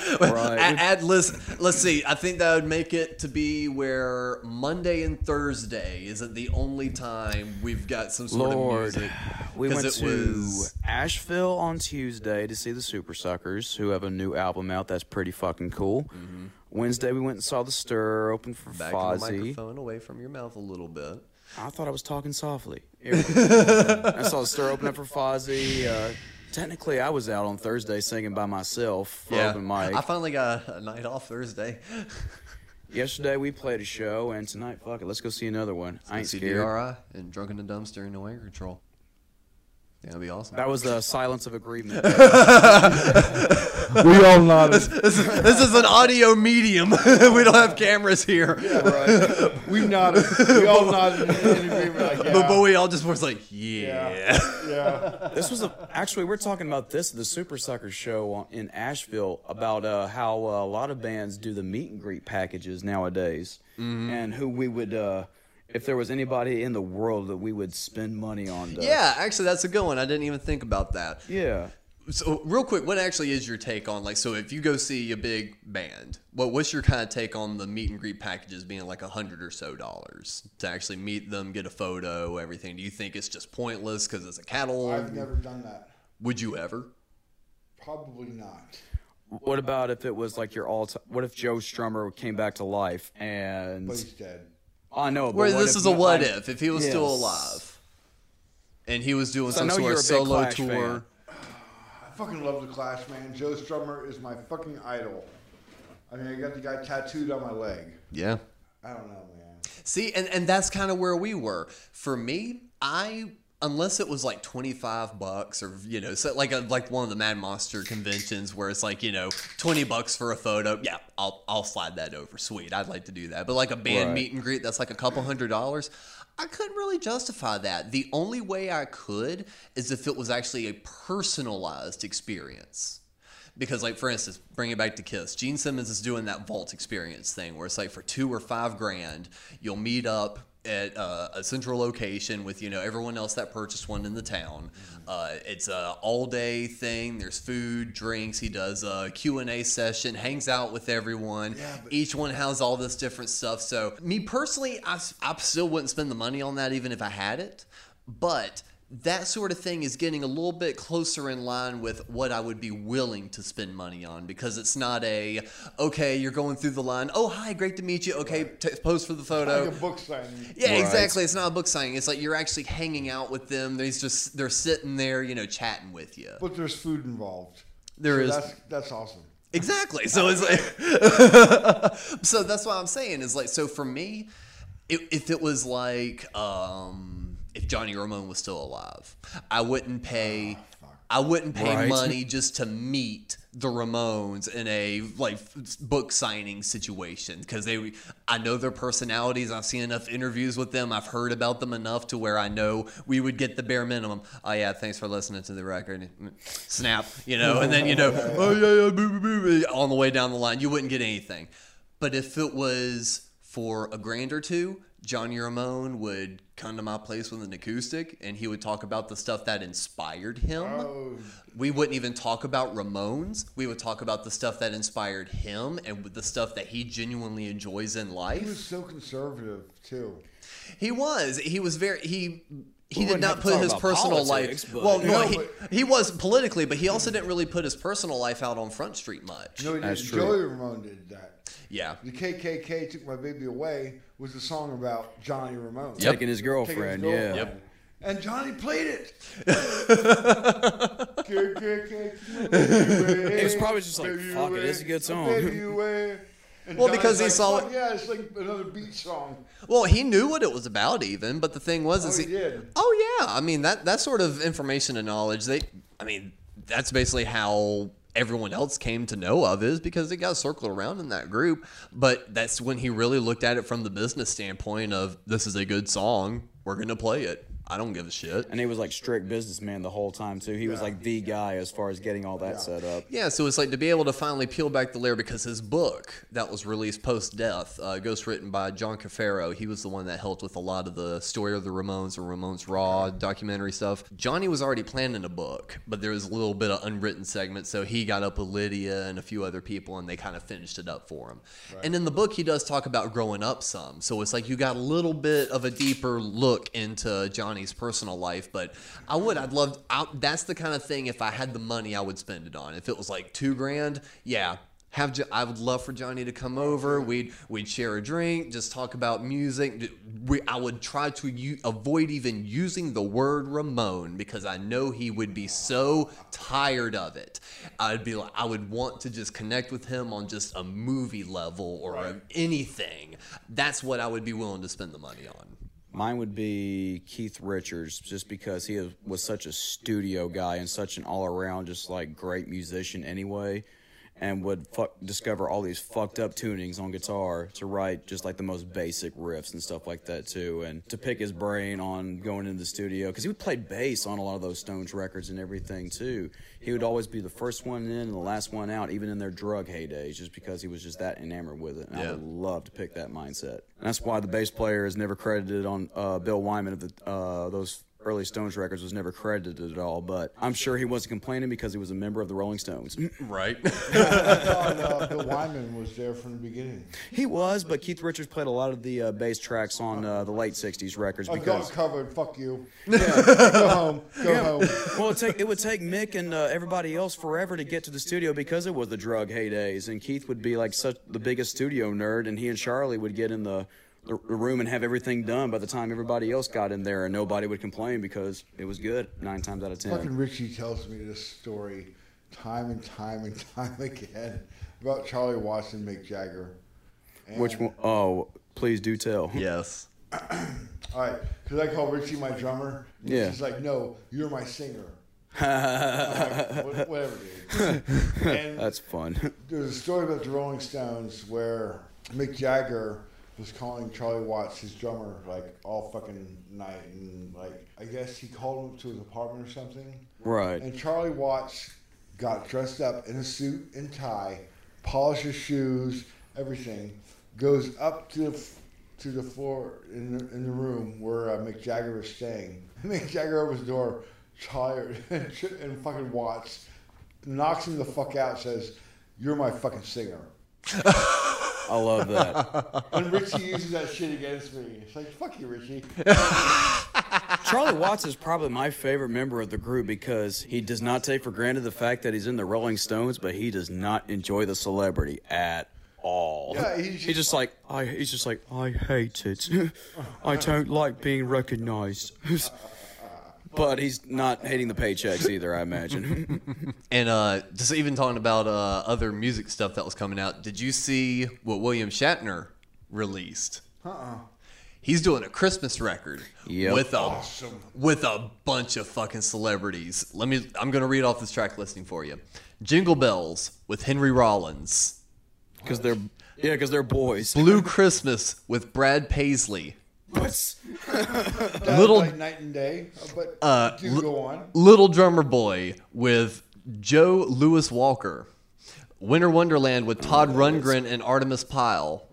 Speaker 2: *laughs*
Speaker 3: Right.
Speaker 2: add, add list. Let's see. I think that would make it to be where Monday and Thursday isn't the only time we've got some sort
Speaker 3: Lord,
Speaker 2: of music.
Speaker 3: *sighs* We
Speaker 2: 'Cause
Speaker 3: went
Speaker 2: it
Speaker 3: to
Speaker 2: was-
Speaker 3: Asheville on Tuesday to see the Super Suckers, who have a new album out that's pretty fucking cool.
Speaker 2: Mm-hmm.
Speaker 3: Wednesday we went and saw the Stir, open for
Speaker 2: Back the
Speaker 3: Fozzy.
Speaker 2: microphone away from your mouth a little bit.
Speaker 3: I thought I was talking softly. Here we go. *laughs* I saw the Stir open up for Fozzy. Uh, technically, I was out on Thursday singing by myself for open mic.
Speaker 2: I finally got a night off Thursday. *laughs*
Speaker 3: Yesterday we played a show, and tonight, fuck it, let's go see another one. I ain't scared.
Speaker 2: CDRI and drunk in the dumpster and no air control. That'd be awesome.
Speaker 3: That was the silence
Speaker 2: *laughs*
Speaker 3: of agreement.
Speaker 4: we all nodded.
Speaker 2: this, is, this is an audio medium. *laughs* we don't have cameras here.
Speaker 4: We nodded. We all nodded in agreement. Like,
Speaker 2: *laughs*
Speaker 4: yeah,
Speaker 2: But, but we all just was like, yeah.
Speaker 4: yeah, yeah.
Speaker 3: this was a, actually we we're talking about this at the Super Sucker show on, in Asheville about uh, how uh, a lot of bands do the meet and greet packages nowadays,
Speaker 4: Mm-hmm.
Speaker 3: and who we would uh, if there was anybody in the world that we would spend money on.
Speaker 2: *laughs*
Speaker 3: To,
Speaker 2: Yeah, actually, that's a good one. I didn't even think about that.
Speaker 3: yeah.
Speaker 2: So, real quick, what actually is your take on like? So, if you go see a big band, what what's your kind of take on the meet and greet packages being like a hundred or so dollars to actually meet them, get a photo, everything? Do you think it's just pointless because it's a
Speaker 4: I've
Speaker 2: catalog?
Speaker 4: never done that.
Speaker 2: Would you ever?
Speaker 4: Probably not.
Speaker 3: What about if it was like your all? time What if Joe Strummer came back to life and
Speaker 4: But he's dead.
Speaker 3: I know. but
Speaker 2: Where
Speaker 3: what
Speaker 2: this
Speaker 3: if
Speaker 2: is a what
Speaker 3: like-
Speaker 2: if if he was still
Speaker 3: Yes.
Speaker 2: alive, and he was doing
Speaker 3: So I
Speaker 2: some
Speaker 3: know
Speaker 2: sort
Speaker 3: you're
Speaker 2: of
Speaker 3: a big
Speaker 2: solo
Speaker 3: Clash
Speaker 2: tour.
Speaker 3: fan.
Speaker 4: I fucking love the Clash, man. Joe Strummer is my fucking idol. I mean, I got the guy tattooed on my leg.
Speaker 2: Yeah.
Speaker 4: I don't know, man.
Speaker 2: See, and, and that's kind of where we were. For me, I unless it was like twenty five bucks or you know, so like a, like one of the Mad Monster conventions where it's like you know twenty bucks for a photo. Yeah, I'll I'll slide that over. Sweet, I'd like to do that. But like a band
Speaker 3: Right.
Speaker 2: meet and greet, that's like a couple hundred dollars. I couldn't really justify that. The only way I could is if it was actually a personalized experience because like for instance bring it back to kiss gene simmons is doing that vault experience thing where it's like for two or five grand you'll meet up at uh, a central location with you know everyone else that purchased one in the town uh, it's a all day thing there's food drinks he does a q&a session hangs out with everyone each one has all this different stuff so me personally I, s- I still wouldn't spend the money on that even if i had it but that sort of thing is getting a little bit closer in line with what I would be willing to spend money on because it's not a okay, you're going through the line. Oh, hi, great to meet you. Okay, t- pose for the photo.
Speaker 4: Like a book signing.
Speaker 2: Yeah,
Speaker 3: Right.
Speaker 2: exactly. It's not a book signing. It's like you're actually hanging out with them. They're just they're sitting there, you know, chatting with you.
Speaker 4: But there's food involved.
Speaker 2: There is-
Speaker 4: so That's, that's awesome.
Speaker 2: Exactly. So it's like, so that's what I'm saying is like, so for me, if, if it was like, um, if Johnny Ramone was still alive, I wouldn't pay, I wouldn't pay
Speaker 3: Right.
Speaker 2: money just to meet the Ramones in a like f- book signing situation because they, I know their personalities. I've seen enough interviews with them. I've heard about them enough to where I know we would get the bare minimum. Oh yeah, thanks for listening to the record. Snap, you know, and then you know, oh yeah, yeah, boo, boo, boo, boo, on the way down the line, you wouldn't get anything. But if it was for a grand or two, Johnny Ramone would come to my place with an acoustic and he would talk about the stuff that inspired him. Oh. We wouldn't even talk about Ramones. We would talk about the stuff that inspired him and the stuff that he genuinely enjoys in
Speaker 4: He was
Speaker 2: life.
Speaker 4: so conservative, too.
Speaker 2: He was. He was very. He. He
Speaker 3: We
Speaker 2: did
Speaker 3: wouldn't
Speaker 2: not
Speaker 3: have to
Speaker 2: put
Speaker 3: talk
Speaker 2: his
Speaker 3: about
Speaker 2: personal
Speaker 3: politics,
Speaker 2: life.
Speaker 3: but-
Speaker 2: Well, no,
Speaker 4: No,
Speaker 2: he, he was politically, but he also didn't really put his personal life out on Front Street much.
Speaker 4: No, he
Speaker 3: That's
Speaker 4: didn't.
Speaker 3: true.
Speaker 4: Joey Ramone did that.
Speaker 2: Yeah.
Speaker 4: The KKK took my baby away was a song about Johnny Ramone.
Speaker 2: Yep.
Speaker 3: Taking his
Speaker 4: Taking his
Speaker 3: girlfriend, yeah.
Speaker 4: girlfriend. And Johnny
Speaker 3: *laughs*
Speaker 4: played it.
Speaker 3: It
Speaker 4: it
Speaker 3: was probably just like, fuck it, it's a good song. *laughs*
Speaker 2: Well, because he saw it-
Speaker 4: Yeah, it's like another
Speaker 3: *laughs*
Speaker 4: beat song.
Speaker 2: Well, he knew what it was about, even. But the thing was,
Speaker 4: Oh,
Speaker 2: is
Speaker 4: he
Speaker 2: he,
Speaker 4: did.
Speaker 2: Oh yeah, I mean that that sort of information and knowledge. They, I mean, that's basically how everyone else came to know of is because it got circled around in that group. But that's when he really looked at it from the business standpoint of this is a good song, we're gonna play it. I don't give a shit.
Speaker 3: And he was like strict businessman the whole time too. He was like the guy as far as getting all that set up.
Speaker 2: Yeah, so it's like to be able to finally peel back the layer because his book that was released post death, uh, ghostwritten by John Cafaro, he was the one that helped with a lot of the story of the Ramones or Ramones Raw documentary stuff. Johnny was already planning a book, but there was a little bit of unwritten segment, so he got up with Lydia and a few other people and they kind of finished it up for him. And in the book, he does talk about growing up some, so it's like you got a little bit of a deeper look into Johnny. Johnny's personal life, but I would. I'd love. I, that's the kind of thing. If I had the money, I would spend it on. If it was like two grand, yeah. Have jo- I would love for Johnny to come over. We'd we'd share a drink, just talk about music. D- We, I would try to u- avoid even using the word Ramon because I know he would be so tired of it. I'd be like, I would want to just connect with him on just a movie level or a- anything. That's what I would be willing to spend the money on.
Speaker 3: Mine would be Keith Richards, just because he is- was such a studio guy and such an all-around, just like great musician anyway, and would fuck, discover all these fucked up tunings on guitar to write just like the most basic riffs and stuff like that too, and to pick his brain on going into the studio because he would play bass on a lot of those Stones records and everything too. He would always be the first one in and the last one out, even in their drug heydays, just because he was just that enamored with it. And I
Speaker 2: Yeah.
Speaker 3: would love to pick that mindset. And that's why the bass player is never credited on uh, Bill Wyman of the uh, those early Stones records was never credited at all. But I'm sure he wasn't complaining because he was a member of the Rolling Stones. *clears throat*
Speaker 2: Right.
Speaker 4: thought, uh, Bill Wyman was there from the beginning.
Speaker 3: he was, but Keith Richards played a lot of the uh, bass tracks on uh, the late '60s records
Speaker 4: I got
Speaker 3: because.
Speaker 4: it covered. Fuck you. go home. Go home.
Speaker 3: well, it, take, it would take Mick and uh, everybody else forever to get to the studio because it was the drug heydays, and Keith would be like such the biggest studio nerd, and he and Charlie would get in the, the room and have everything done by the time everybody else got in there, and nobody would complain because it was good nine times out of ten.
Speaker 4: Fucking Richie tells me this story time and time and time *laughs* again about Charlie Watson, Mick Jagger. And-
Speaker 3: Which one oh, please do tell.
Speaker 2: yes.
Speaker 4: All right, because I call Richie my drummer.
Speaker 3: Yeah.
Speaker 4: He's like, no, you're
Speaker 3: *laughs*
Speaker 4: my singer. I'm like, "Wha- Whatever, dude. And
Speaker 3: That's fun.
Speaker 4: there's a story about the Rolling Stones where Mick Jagger was calling Charlie Watts his drummer like all fucking night, and like I guess he called him to his apartment or something.
Speaker 3: right.
Speaker 4: And Charlie Watts got dressed up in a suit and tie, polished his shoes, everything, goes up to the, f- to the floor in the, in the room where uh, Mick Jagger was staying. *laughs* Mick Jagger opens the door, Charlie *laughs* and, fucking Watts knocks him the fuck out, says, You're my fucking singer.
Speaker 3: I love that.
Speaker 4: And Richie uses that shit against me. It's like, fuck you, Richie.
Speaker 3: Charlie Watts is probably my favorite member of the group because he does not take for granted the fact that he's in the Rolling Stones, but he does not enjoy the celebrity at all.
Speaker 4: Yeah, he's
Speaker 3: he's,
Speaker 4: just-
Speaker 3: just like I. He's just like I hate it. *laughs* I don't like being recognized. *laughs* but he's not hating the paychecks either. I imagine. *laughs*
Speaker 2: And uh, just even talking about uh, other music stuff that was coming out, did you see what William Shatner released? Uh-uh. He's doing a Christmas record
Speaker 3: Yep.
Speaker 2: with a with a bunch of fucking celebrities. Let me. I'm gonna read off this track listing for you. Jingle Bells with Henry Rollins.
Speaker 3: Because they're yeah, because they're boys. *laughs*
Speaker 2: Blue Christmas with Brad Paisley.
Speaker 3: What's
Speaker 4: That
Speaker 2: Little-
Speaker 4: was like night and day, uh, but do go on.
Speaker 2: Little Drummer Boy with Joe Lewis Walker. Winter Wonderland with Todd Rundgren and Artemis Pyle.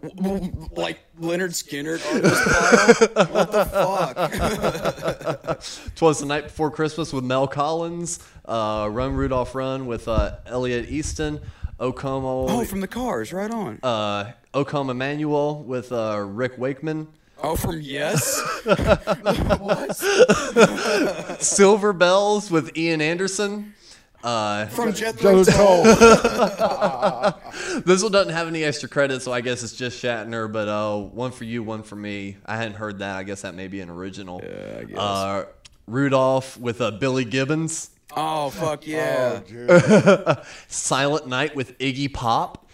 Speaker 3: like Leonard Skinner? *laughs* what the fuck?
Speaker 2: Twas the Night Before Christmas with Mel Collins, uh, Run Rudolph Run with uh, Elliot Easton, O Come, O,
Speaker 3: Oh, from the Cars, right on.
Speaker 2: uh, o Come Emmanuel with uh, Rick Wakeman,
Speaker 3: oh, from Yes.
Speaker 2: Silver Bells with Ian Anderson. Uh,
Speaker 3: *laughs* from Jethro
Speaker 4: Joe Cole.
Speaker 2: this one doesn't have any extra credit, so I guess it's just Shatner, but uh, one for you, one for me. I hadn't heard that. I guess that may be an original. Yeah, I guess. Uh, Rudolph with uh, Billy Gibbons,
Speaker 3: Oh fuck *laughs* yeah!
Speaker 2: Silent Night with Iggy Pop.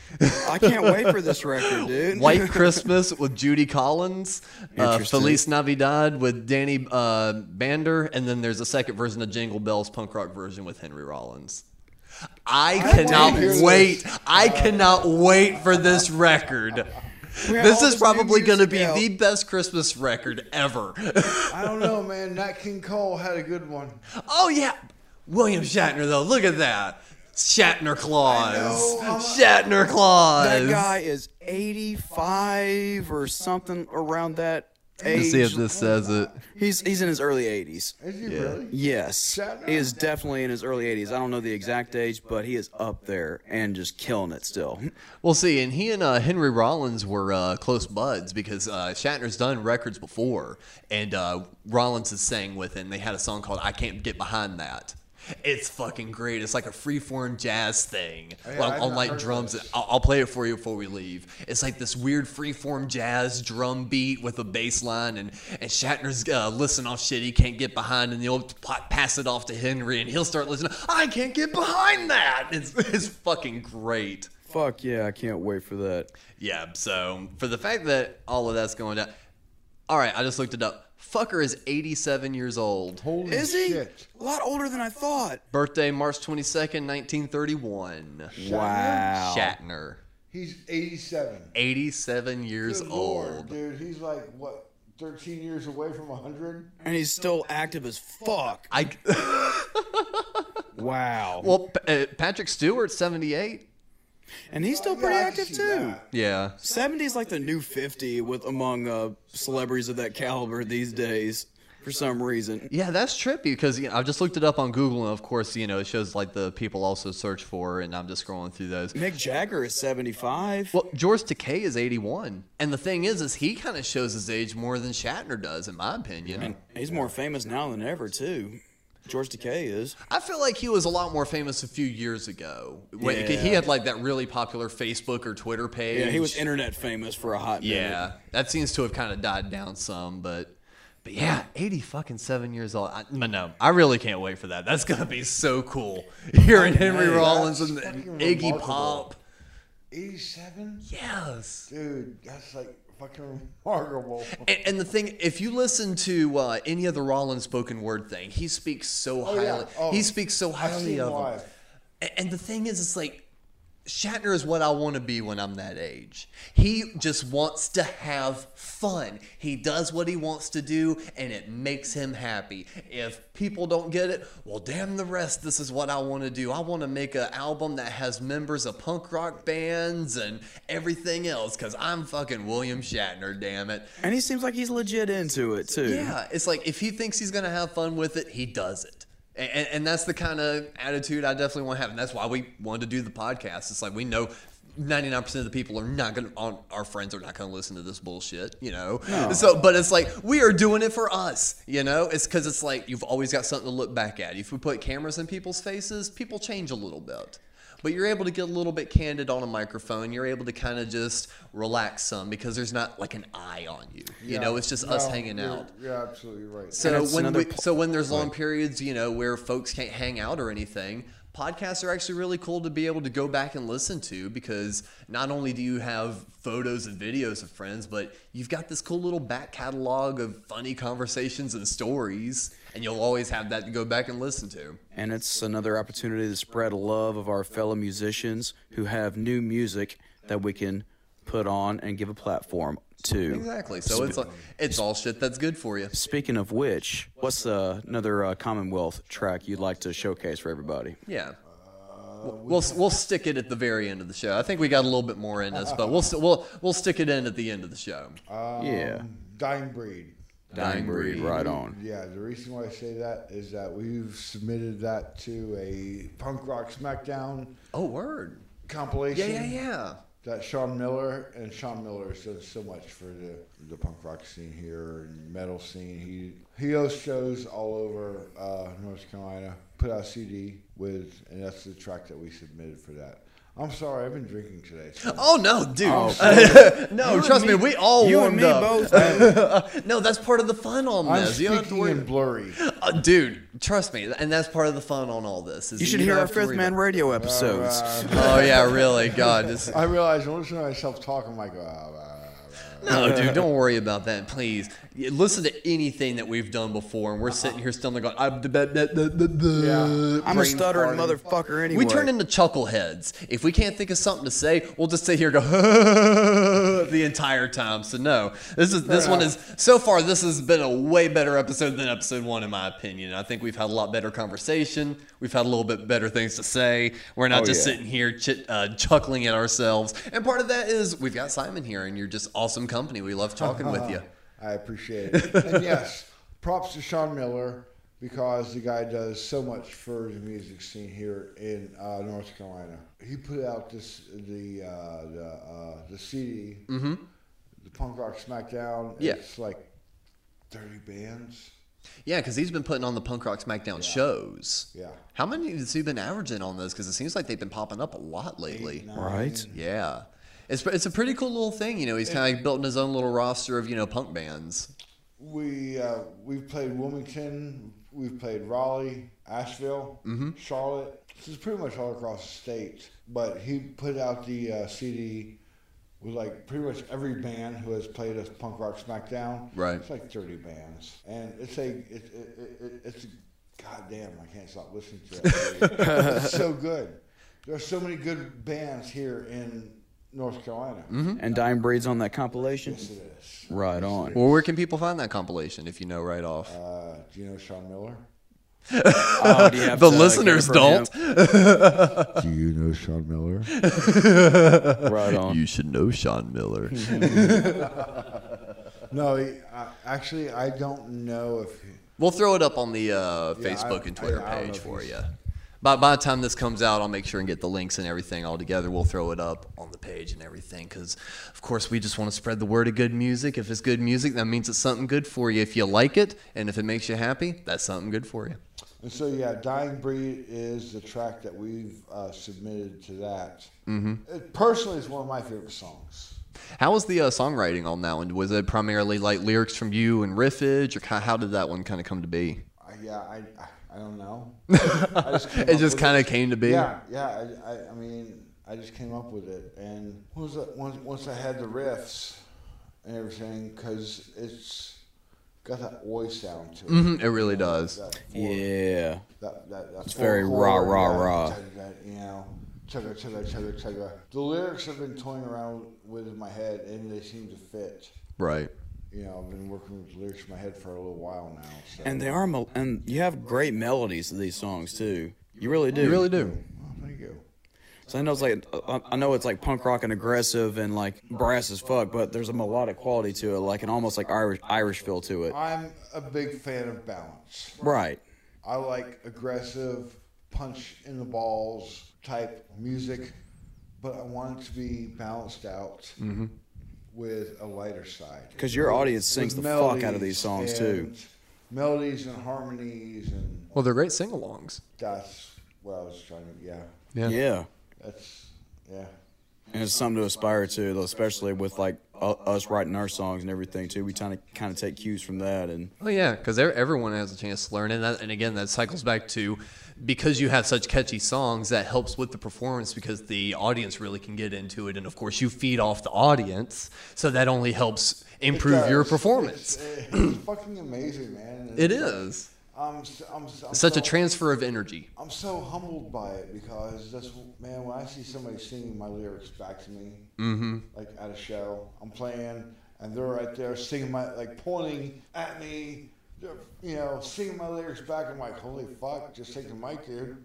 Speaker 3: I can't wait for this record, dude. *laughs*
Speaker 2: White Christmas with Judy Collins, uh,
Speaker 3: Interesting.
Speaker 2: Feliz Navidad with Danny uh, Bander, and then there's a second version of Jingle Bells, punk rock version with Henry Rollins. I, cannot
Speaker 4: hear this.
Speaker 2: wait. I
Speaker 3: uh,
Speaker 2: cannot wait for this
Speaker 3: *laughs*
Speaker 2: record.
Speaker 3: have
Speaker 2: This
Speaker 3: all
Speaker 2: is
Speaker 3: this new
Speaker 2: probably going to
Speaker 3: music
Speaker 2: be
Speaker 3: out.
Speaker 2: the best Christmas record ever. *laughs*
Speaker 4: I don't know, man. Nat King Cole had a good one.
Speaker 2: oh, yeah. William Shatner, though. Look at that. Shatner Claus. Shatner Claus.
Speaker 3: that guy is eighty-five or something around that
Speaker 2: to see if
Speaker 3: Age-
Speaker 2: this says it.
Speaker 3: He's he's in his early 80s.
Speaker 4: Is he really?
Speaker 3: Yes,
Speaker 4: Shut
Speaker 3: he is definitely in his early 80s. I don't know the exact age, but he is up there and just killing it still. *laughs*
Speaker 2: Well, see, and he and uh, Henry Rollins were uh, close buds because uh, Shatner's done records before, and uh, Rollins has sang with him. They had a song called "I Can't Get Behind That." It's fucking great. It's like a freeform jazz thing
Speaker 4: Oh, yeah,
Speaker 2: on,
Speaker 4: I've
Speaker 2: on
Speaker 4: not
Speaker 2: like
Speaker 4: heard
Speaker 2: drums.
Speaker 4: this.
Speaker 2: I'll, I'll play it for you before we leave. It's like this weird freeform jazz drum beat with a bass line, and, and Shatner's uh, listening off shit he can't get behind, and they'll pa- pass it off to Henry, and he'll start listening. I can't get behind that. It's, *laughs* it's fucking great.
Speaker 3: Fuck yeah, I can't wait for that.
Speaker 2: Yeah, so for the fact that all of that's going down. All right, I just looked it up. Fucker is 87 years old.
Speaker 4: Holy
Speaker 3: Is he?
Speaker 4: shit.
Speaker 3: A lot older than I thought.
Speaker 2: Birthday March 22nd, 1931.
Speaker 3: Wow.
Speaker 2: Shatner,
Speaker 4: He's 87.
Speaker 2: 87 years
Speaker 4: Good
Speaker 2: old.
Speaker 4: Lord, dude. He's like, what, 13 years away from 100?
Speaker 3: And he's still active as fuck.
Speaker 2: I
Speaker 3: Wow.
Speaker 2: well, P- uh, Patrick Stewart 78.
Speaker 3: and he's still pretty
Speaker 4: Yeah, I can
Speaker 3: active
Speaker 4: see
Speaker 3: too.
Speaker 4: that.
Speaker 2: Yeah.
Speaker 3: 70 is like the new 50 with among uh, celebrities of that caliber these days for some reason.
Speaker 2: Yeah, that's trippy because you know, I've just looked it up on Google, and of course, you know, it shows like the people also search for, and I'm just scrolling through those.
Speaker 3: Mick Jagger is 75.
Speaker 2: Well, George Takei is 81. And the thing is, is he kind of shows his age more than Shatner does, in my opinion.
Speaker 3: He's more famous now than ever too. George Takei is.
Speaker 2: I feel like he was a lot more famous a few years ago. When
Speaker 3: Yeah.
Speaker 2: He had like that really popular Facebook or Twitter page.
Speaker 3: Yeah, he was internet famous for a hot minute.
Speaker 2: Yeah, that seems to have kind of died down some, but. But yeah, eighty fucking seven years old. I, but no, I really can't wait for that. That's gonna be so cool. *laughs* Hearing Henry
Speaker 4: that's
Speaker 2: Rollins and
Speaker 4: fucking
Speaker 2: Iggy
Speaker 4: remarkable.
Speaker 2: Pop.
Speaker 4: 87?
Speaker 2: Yes.
Speaker 4: Dude, that's like fucking remarkable.
Speaker 2: And, and the thing, if you listen to uh, any of the Rollins spoken word thing, he speaks so
Speaker 4: yeah.
Speaker 2: highly.
Speaker 4: Oh,
Speaker 2: he speaks so
Speaker 4: I've
Speaker 2: highly
Speaker 4: seen
Speaker 2: of him.
Speaker 4: live.
Speaker 2: A- And the thing is, it's like Shatner is what I want to be when I'm that age. He just wants to have fun. He does what he wants to do, and it makes him happy. If people don't get it, well, damn the rest. This is what I want to do. I want to make an album that has members of punk rock bands and everything else, because I'm fucking William Shatner, damn it.
Speaker 3: And he seems like he's legit into it too.
Speaker 2: Yeah, it's like if he thinks he's gonna have fun with it, he does it. And, and, and that's the kind of attitude I definitely want to have, and that's why we wanted to do the podcast. It's like we know. 99% of the people are not going to, our friends are not going to listen to this bullshit, you know? So, but it's like, we are doing it for us, you know? It's because it's like, you've always got something to look back at. If we put cameras in people's faces, people change a little bit. But you're able to get a little bit candid on a microphone. You're able to kind of just relax some because there's not like an eye on you. You know, it's just us
Speaker 4: No,
Speaker 2: hanging
Speaker 4: you're-
Speaker 2: out.
Speaker 4: You're absolutely right.
Speaker 2: So
Speaker 3: And it's
Speaker 2: when
Speaker 3: another
Speaker 2: we,
Speaker 3: po-
Speaker 2: so when there's long periods, you know, where folks can't hang out or anything, podcasts are actually really cool to be able to go back and listen to because not only do you have photos and videos of friends, but you've got this cool little back catalog of funny conversations and stories, and you'll always have that to go back and listen to.
Speaker 3: And it's another opportunity to spread love of our fellow musicians who have new music that we can put on and give a platform to.
Speaker 2: Exactly. So it's like, it's all shit that's good for you.
Speaker 3: Speaking of which, what's uh, another uh, Commonwealth track you'd like to showcase for everybody?
Speaker 2: Yeah. We'll, we'll stick it at the very end of the show. I think we got a little bit more in us, but we'll st- we'll we'll stick it in at the end of the show.
Speaker 3: yeah.
Speaker 4: Dying breed.
Speaker 3: Dying Breed, right on.
Speaker 4: Yeah, the reason why I say that is that we've submitted that to a punk rock SmackDown
Speaker 2: Oh, word. Yeah,
Speaker 4: compilation
Speaker 2: yeah, yeah.
Speaker 4: that Sean Miller and Sean Miller has done so much for the, the punk rock scene here and metal scene. He he hosts shows all over uh, North Carolina. Put out a CD with, and that's the track that we submitted for that. I'm sorry, I've been drinking today. so-
Speaker 2: Oh no, dude. *laughs* no, trust me, we all
Speaker 3: Oh, you and
Speaker 2: warmed
Speaker 3: me
Speaker 2: up. *laughs*
Speaker 3: both.
Speaker 2: No, that's part of the fun on
Speaker 4: I'm
Speaker 2: this. You don't have to
Speaker 4: speaking
Speaker 2: worry,
Speaker 4: in blurry.
Speaker 2: Uh, dude. Trust me, and that's part of the fun on all this. is
Speaker 3: you
Speaker 2: that
Speaker 3: should
Speaker 2: don't
Speaker 3: hear our
Speaker 2: have to
Speaker 3: Fifth
Speaker 2: worry
Speaker 3: Man Uh,
Speaker 2: about-
Speaker 3: radio episodes.
Speaker 2: *laughs* Oh yeah, really? God,
Speaker 3: *laughs*
Speaker 2: this,
Speaker 4: Uh, I realize when I listen to myself talk, I'm like, ah, ah, ah.
Speaker 2: no, dude. Don't worry about that, please. You Listen to anything that we've done before, and we're sitting here stumbling, going, I, the, the, the, the, the,
Speaker 4: Yeah.
Speaker 3: I'm a
Speaker 2: brain
Speaker 3: stuttering
Speaker 2: farting.
Speaker 3: motherfucker anyway.
Speaker 2: We turn into chuckleheads. If we can't think of something to say, we'll just sit here and go *laughs* the entire time. So no, this is this one is so far. This has been a way better episode than episode one, in my opinion. I think we've had a lot better conversation. We've had a little bit better things to say. We're not
Speaker 3: Oh,
Speaker 2: just
Speaker 3: yeah.
Speaker 2: sitting here chit, uh, chuckling
Speaker 3: *laughs*
Speaker 2: at ourselves. And part of that is we've got Simon here, and you're just awesome company. We love talking with you.
Speaker 4: I appreciate it. and yes, props to Sean Miller because the guy does so much for the music scene here in uh, North Carolina. He put out this the uh, the, uh, the CD, the Punk Rock Smackdown.
Speaker 2: Yeah.
Speaker 4: It's like thirty bands.
Speaker 2: Yeah, because he's been putting on the Punk Rock SmackDown shows.
Speaker 4: Yeah.
Speaker 2: How many has he been averaging on those? Because it seems like they've been popping up a lot lately.
Speaker 3: Right?
Speaker 2: Yeah. It's, it's a pretty cool little thing, you know. He's kind of built his own little roster of you know punk bands.
Speaker 4: We uh, we've played Wilmington, we've played Raleigh, Asheville, Charlotte. This is pretty much all across the state. But he put out the uh, CD with like pretty much every band who has played us punk rock SmackDown.
Speaker 2: Right.
Speaker 4: It's like thirty bands, and it's a it, it, it, it's a, goddamn I can't stop listening to it. it's so good. There are so many good bands here in North Carolina.
Speaker 3: And Dying Breed's on that compilation?
Speaker 4: Yes, it is.
Speaker 3: Right on.
Speaker 2: Well, where can people find that compilation if you know right off?
Speaker 4: Uh, do you know Sean Miller?
Speaker 3: Oh, do you have
Speaker 2: the
Speaker 3: to, uh, get
Speaker 2: listeners
Speaker 3: it from him?
Speaker 2: don't.
Speaker 4: Do you know Sean Miller?
Speaker 3: Right on.
Speaker 2: Um, *laughs* You should know Sean Miller.
Speaker 4: No, he, I, actually, I don't know if. He,
Speaker 2: *laughs* we'll throw it up on the uh,
Speaker 4: Yeah,
Speaker 2: Facebook
Speaker 4: I-
Speaker 2: and Twitter
Speaker 4: I- I don't know
Speaker 2: page
Speaker 4: if
Speaker 2: for you.
Speaker 4: he's-
Speaker 2: By, by the time this comes out, I'll make sure and get the links and everything all together. We'll throw it up on the page and everything because, of course, we just want to spread the word of good music. If it's good music, that means it's something good for you. If you like it and if it makes you happy, that's something good for you.
Speaker 4: and so, yeah, Dying Breed is the track that we've uh, submitted to that. Mm-hmm. It personally is one of my favorite songs.
Speaker 2: How was the uh, songwriting on that one? Was it primarily like lyrics from you and riffage, or ki- how did that one kind of come to be?
Speaker 4: I, yeah, I, I, I
Speaker 2: *laughs*
Speaker 4: don't know. I just came
Speaker 2: It
Speaker 4: up
Speaker 2: just
Speaker 4: with
Speaker 2: kind of came to be.
Speaker 4: Yeah, yeah. I, I, I mean, I just came up with it, and what was that? Once, once I had the riffs and everything, because it's got that oi sound to it.
Speaker 2: Mhm, it really does.
Speaker 4: That four-
Speaker 3: Yeah.
Speaker 4: that, that, that
Speaker 3: It's
Speaker 4: four
Speaker 3: very
Speaker 4: chord,
Speaker 3: rah, rah,
Speaker 4: yeah,
Speaker 3: rah.
Speaker 4: chugga, that, You know, chugga, chugga, chugga, chugga. The lyrics I've been toying around with in my head, and they seem to fit.
Speaker 2: Right.
Speaker 4: You know, I've been working with lyrics in my head for a little while now. So.
Speaker 3: And they are, mel- and you have great melodies to these songs too. You really do.
Speaker 2: You really do.
Speaker 4: Oh, thank you.
Speaker 3: So I know it's like uh, I I know it's like punk rock and aggressive and like brass as fuck, but there's a melodic quality to it, like an almost like Irish Irish feel to it.
Speaker 4: I'm a big fan of balance.
Speaker 3: Right.
Speaker 4: I like aggressive, punch in the balls type music, but I want it to be balanced out
Speaker 3: Mm-hmm.
Speaker 4: with a lighter side.
Speaker 3: Because your audience sings the
Speaker 4: With
Speaker 3: fuck out of
Speaker 4: melodies
Speaker 3: these songs too.
Speaker 4: and Melodies and harmonies, and
Speaker 2: Well, they're great sing alongs.
Speaker 4: that's what I was trying to. Yeah,
Speaker 2: Yeah.
Speaker 3: Yeah.
Speaker 4: that's yeah.
Speaker 3: And it's something to aspire to, though, especially with like u- us writing our songs and everything too. We kind of kind of take cues from that, and
Speaker 2: Oh yeah, because everyone has a chance to learn, and that, and again, that cycles back to because you have such catchy songs that helps with the performance because the audience really can get into it, and of course you feed off the audience, so that only helps improve your
Speaker 4: Because *laughs*
Speaker 2: performance.
Speaker 4: It's, it's fucking amazing, man.
Speaker 2: It is
Speaker 4: I'm, s- I'm, s- I'm
Speaker 2: such a
Speaker 4: so-
Speaker 2: transfer of energy.
Speaker 4: I'm so humbled by it because that's man. When I see somebody singing my lyrics back to me, like at a show, I'm playing and they're right there singing my like pointing at me. They're, you know, singing my lyrics back. I'm like, holy fuck, just take the mic, dude.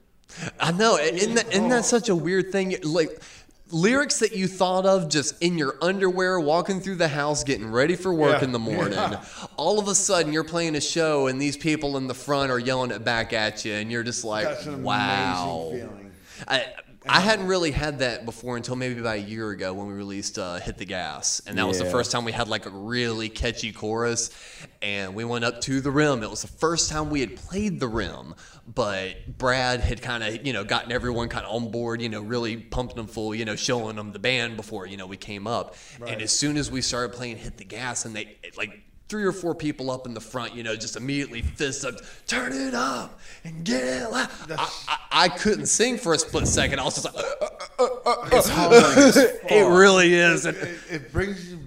Speaker 2: I know. Isn't that, isn't that such a weird thing? Like lyrics that you thought of just in your underwear, walking through the house, getting ready for work
Speaker 4: Yeah.
Speaker 2: in the morning. All of a sudden, you're playing a show, and these people in the front are yelling it back at you, and you're just like,
Speaker 4: That's an
Speaker 2: "Wow."
Speaker 4: amazing feeling.
Speaker 2: I, I hadn't really had that before until maybe about a year ago when we released uh, "Hit the Gas," and that was the
Speaker 3: Yeah.
Speaker 2: first time we had like a really catchy chorus, and we went up to the rim. It was the first time we had played the rim, but Brad had kind of you know gotten everyone kind of on board, you know, really pumped them full, you know, showing them the band before you know we came up, and as soon as we started playing "Hit the Gas," and they it, like. Three or four people up in the front, you know, just immediately fists up, turn it up and get it loud. I, I, I couldn't sing for a split second. I was just like,
Speaker 4: It's humbling as
Speaker 2: it really is.
Speaker 4: it,
Speaker 2: And
Speaker 4: *laughs*
Speaker 2: *laughs*
Speaker 4: it, it brings you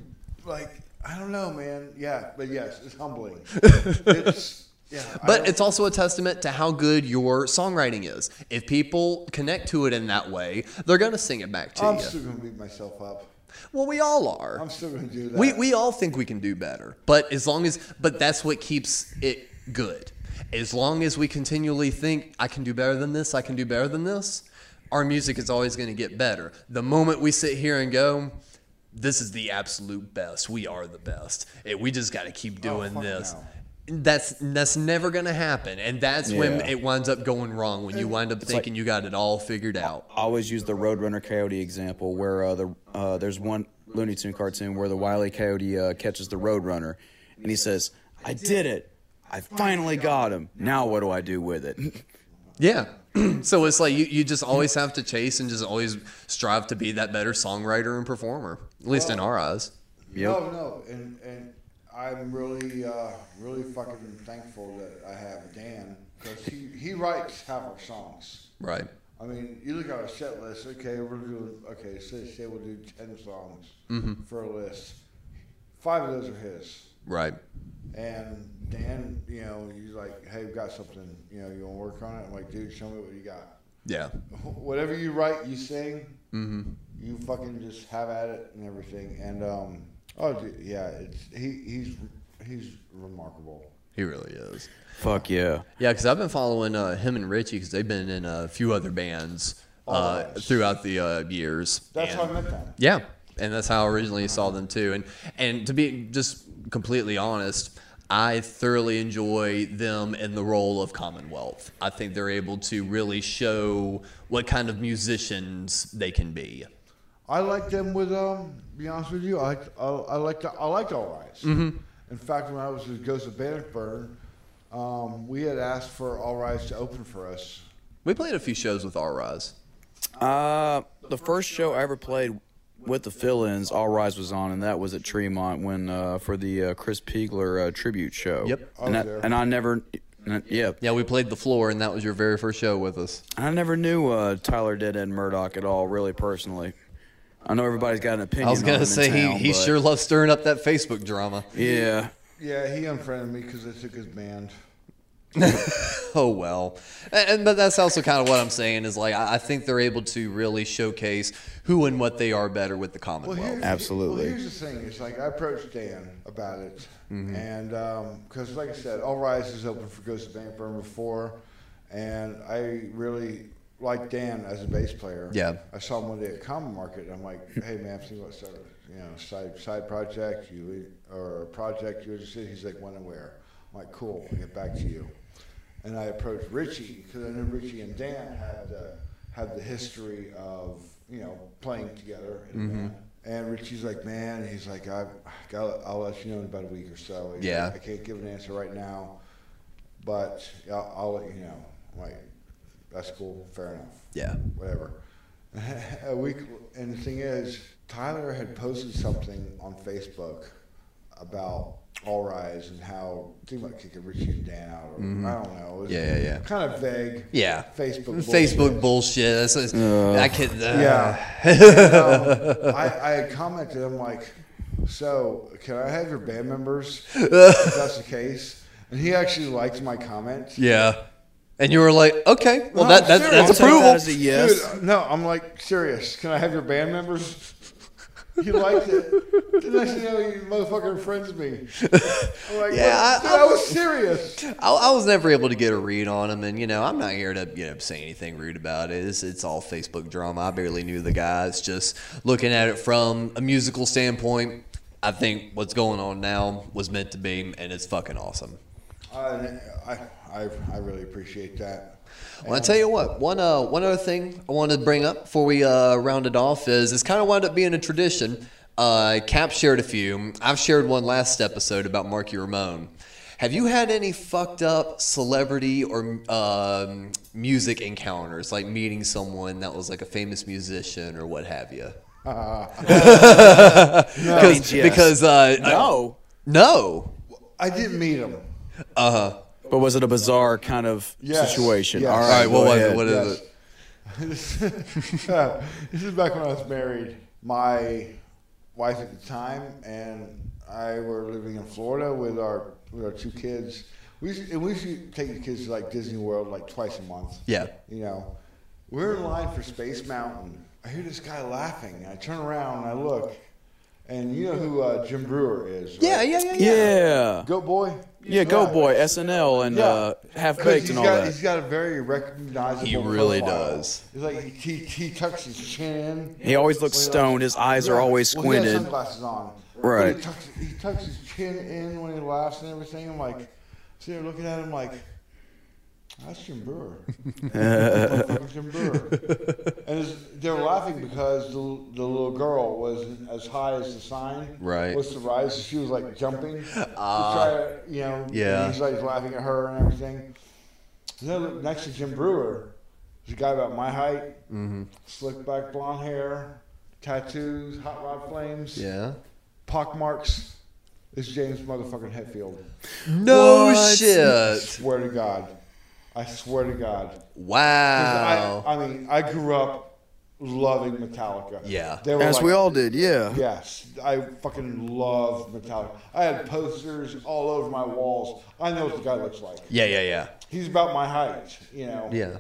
Speaker 4: like I don't know, man. Yeah, but yes,
Speaker 2: *laughs*
Speaker 4: it's humbling. it's, yeah, I
Speaker 2: But
Speaker 4: don't-
Speaker 2: it's also a testament to how good your songwriting is. If people connect to it in that way, they're going to sing it back to
Speaker 4: I'm
Speaker 2: you.
Speaker 4: still gonna beat myself up.
Speaker 2: well, we all are.
Speaker 4: I'm still gonna do that.
Speaker 2: we, we all think we can do better. But as long as, but that's what keeps it good. As long as we continually think, I can do better than this, I can do better than this, our music is always going to get better. The moment we sit here and go, this is the absolute best. We are the best. And we just got to keep doing
Speaker 4: Oh, fuck
Speaker 2: this.
Speaker 4: no.
Speaker 2: That's that's never gonna happen, and that's when
Speaker 3: Yeah.
Speaker 2: it winds up going wrong. When you wind up thinking you got it all figured out.
Speaker 3: I always use the Roadrunner Coyote example, where uh, the uh, there's one Looney Tune cartoon where the wily coyote uh, catches the Roadrunner, and he says, "I did it! I finally got him. Now what do I do with it?" *laughs*
Speaker 2: Yeah. so it's like you, you just always have to chase and just always strive to be that better songwriter and performer, at least in our eyes.
Speaker 4: No, no, and and I'm really, uh, really fucking thankful that I have Dan because he, he writes half our songs.
Speaker 2: Right.
Speaker 4: I mean, you look at our set list. Okay, we're doing okay. So say we'll do ten songs
Speaker 2: Mm-hmm.
Speaker 4: for a list. Five of those are his,
Speaker 2: Right.
Speaker 4: and Dan, you know, he's like, "Hey, we got something. You know, you want to work on it?" I'm like, "Dude, show me what you got." *laughs*
Speaker 2: Yeah.
Speaker 4: whatever you write, you sing. You fucking just have at it and everything. And um, oh dude, yeah, it's he he's he's remarkable.
Speaker 2: He really is.
Speaker 3: Fuck yeah!
Speaker 2: Yeah, because I've been following uh, him and Richie because they've been in a few other bands uh,
Speaker 4: nice.
Speaker 2: throughout the uh, years.
Speaker 4: That's
Speaker 2: and,
Speaker 4: how I met them.
Speaker 2: Yeah, and that's how I originally saw them too. And and to be just completely honest, I thoroughly enjoy them in the role of Commonwealth. I think they're able to really show what kind of musicians they can be.
Speaker 4: I like them with um. Be honest with you, I I, I like the I liked All Rise. In fact, when I was with Ghost of Bannockburn, um, we had asked for All Rise to open for us.
Speaker 2: We played a few shows with R Rise.
Speaker 3: Uh, the first show I ever played with the fill-ins, All Rise was on, and that was at Tremont when uh, for the uh, Chris Piegler uh, tribute show.
Speaker 2: Yep.
Speaker 4: was
Speaker 3: And I,
Speaker 4: there.
Speaker 3: and I never, and I- yeah,
Speaker 2: Yeah, we played the floor, and that was your very first show with us.
Speaker 3: I never knew uh, Tyler did Ed Murdoch at all, really personally. I know everybody's got an opinion.
Speaker 2: I was
Speaker 3: on him
Speaker 2: gonna
Speaker 3: in
Speaker 2: say
Speaker 3: town,
Speaker 2: he, he
Speaker 3: but-
Speaker 2: sure loves stirring up that Facebook drama.
Speaker 3: Yeah.
Speaker 4: Yeah, he unfriended me because they took his band.
Speaker 2: *laughs* oh well and, and- but that's also kind of what i'm saying is like I, I think they're able to really showcase who and what they are better with the commonwealth
Speaker 4: here's-
Speaker 3: absolutely.
Speaker 4: Well, here's the thing: it's like I approached Dan about it, and because, like I said, All Rise is open for Ghost of Vampire before, and I really like Dan as a bass player.
Speaker 2: Yeah.
Speaker 4: I saw him one day at Common Market, and I'm like, "Hey, man, I'm thinking about starting, you know, side side project, you or a project you're interested." in?" He's like, "When and where?" I'm like, "Cool, I'll get back to you." And I approached Richie because I knew Richie and Dan had the, had the history of you know playing together. in a band. And Richie's like, man, he's like, I, I'll, I'll let you know in about a week or so. He's
Speaker 2: Yeah.
Speaker 4: like, I can't give an answer right now, but I'll, I'll let you know. I'm like, that's cool, fair enough
Speaker 2: yeah
Speaker 4: whatever. *laughs* a week, and the thing is, Tyler had posted something on Facebook about All Rise and how he might kick Richie and Dan out, or I don't know. It was
Speaker 2: Mm-hmm. Yeah, yeah, yeah.
Speaker 4: Kind of vague.
Speaker 2: yeah
Speaker 4: Facebook.
Speaker 2: facebook
Speaker 4: bullshit.
Speaker 2: bullshit that's, that's- i could uh,
Speaker 4: Yeah. And, um, I, I had commented, I'm like, so can I have your band members? if that's the case. And he actually liked my comment.
Speaker 2: yeah and you were like okay well
Speaker 4: No,
Speaker 2: that, that's,
Speaker 4: seriously.
Speaker 2: that's
Speaker 3: I'll take that
Speaker 2: approval
Speaker 3: as a yes.
Speaker 4: Dude, uh, no, I'm like serious. Can I have your band members? He liked it. The next thing you know, you motherfucker friends me. I'm like,
Speaker 2: Yeah, I-
Speaker 4: yeah, dude, I, was serious.
Speaker 2: I, I was never able to get a read on him, and you know, I'm not here to you know say anything rude about it. It's, it's all Facebook drama. I barely knew the guy. It's just looking at it from a musical standpoint. I think what's going on now was meant to be, and it's fucking awesome.
Speaker 4: I, I, I, I really appreciate that.
Speaker 2: Well, I tell you what, one uh, one other thing I wanted to bring up before we uh, round it off is it's kind of wound up being a tradition. Uh, Cap shared a few. I've shared one last episode about Marky Ramone. Have you had any fucked up celebrity or um, music encounters, like meeting someone that was like a famous musician or what have you?
Speaker 3: *laughs*
Speaker 2: Because
Speaker 3: yes.
Speaker 2: because uh,
Speaker 3: No.
Speaker 2: no,
Speaker 4: I didn't meet him.
Speaker 3: But was it a bizarre kind of
Speaker 4: Yes.
Speaker 3: situation?
Speaker 4: Yes.
Speaker 3: All
Speaker 4: All
Speaker 3: right.
Speaker 2: right, what
Speaker 3: go
Speaker 2: was it?
Speaker 3: ahead.
Speaker 2: What is-
Speaker 4: Yes. *laughs* Uh, this is back when I was married. My wife at the time and I were living in Florida with our with our two kids. We used, and we used to take the kids to like Disney World like twice a month.
Speaker 2: Yeah.
Speaker 4: You know, we're in line for Space Mountain. I hear this guy laughing. and I turn around and I look, and you know who uh, Jim Brewer is? right?
Speaker 2: yeah, yeah, yeah, yeah.
Speaker 3: Yeah.
Speaker 4: Goat Boy.
Speaker 3: Yeah, Go Boy, SNL, and
Speaker 4: Yeah.
Speaker 3: uh, Half
Speaker 4: 'Cause
Speaker 3: Baked
Speaker 4: he's
Speaker 3: and all
Speaker 4: got,
Speaker 3: that.
Speaker 4: He's got a very recognizable.
Speaker 2: He really
Speaker 4: profile.
Speaker 2: does.
Speaker 4: It's like he, he tucks his chin.
Speaker 3: He always looks stoned. His eyes are always
Speaker 4: Well, he has
Speaker 3: squinted.
Speaker 4: sunglasses on.
Speaker 3: Right.
Speaker 4: He tucks, he tucks his chin in when he laughs and everything. I'm like, sitting there looking at him like, that's
Speaker 3: *laughs*
Speaker 4: Jim Brewer. That's Jim Brewer. And it's, they're laughing because the, the little girl was as high as the sign.
Speaker 2: Right.
Speaker 4: Was the rise? She was like jumping.
Speaker 3: Uh,
Speaker 4: to try to, you know.
Speaker 2: yeah.
Speaker 4: and He's like laughing at her and everything. And then look next to Jim Brewer, there's a guy about my height,
Speaker 2: Mm-hmm.
Speaker 4: slick back blonde hair, tattoos, hot rod flames,
Speaker 2: Yeah.
Speaker 4: pock marks. It's James motherfucking Hetfield.
Speaker 2: No
Speaker 3: What? *laughs*
Speaker 2: shit.
Speaker 4: Swear to God. I swear to God. 'Cause
Speaker 2: Wow.
Speaker 4: I, I mean, I grew up loving Metallica.
Speaker 2: Yeah.
Speaker 4: They were
Speaker 3: As
Speaker 4: like-
Speaker 3: we all did, yeah.
Speaker 4: Yes, I fucking love Metallica. I had posters all over my walls. I know what the guy looks like.
Speaker 2: yeah, yeah, yeah.
Speaker 4: He's about my height, you know.
Speaker 2: Yeah.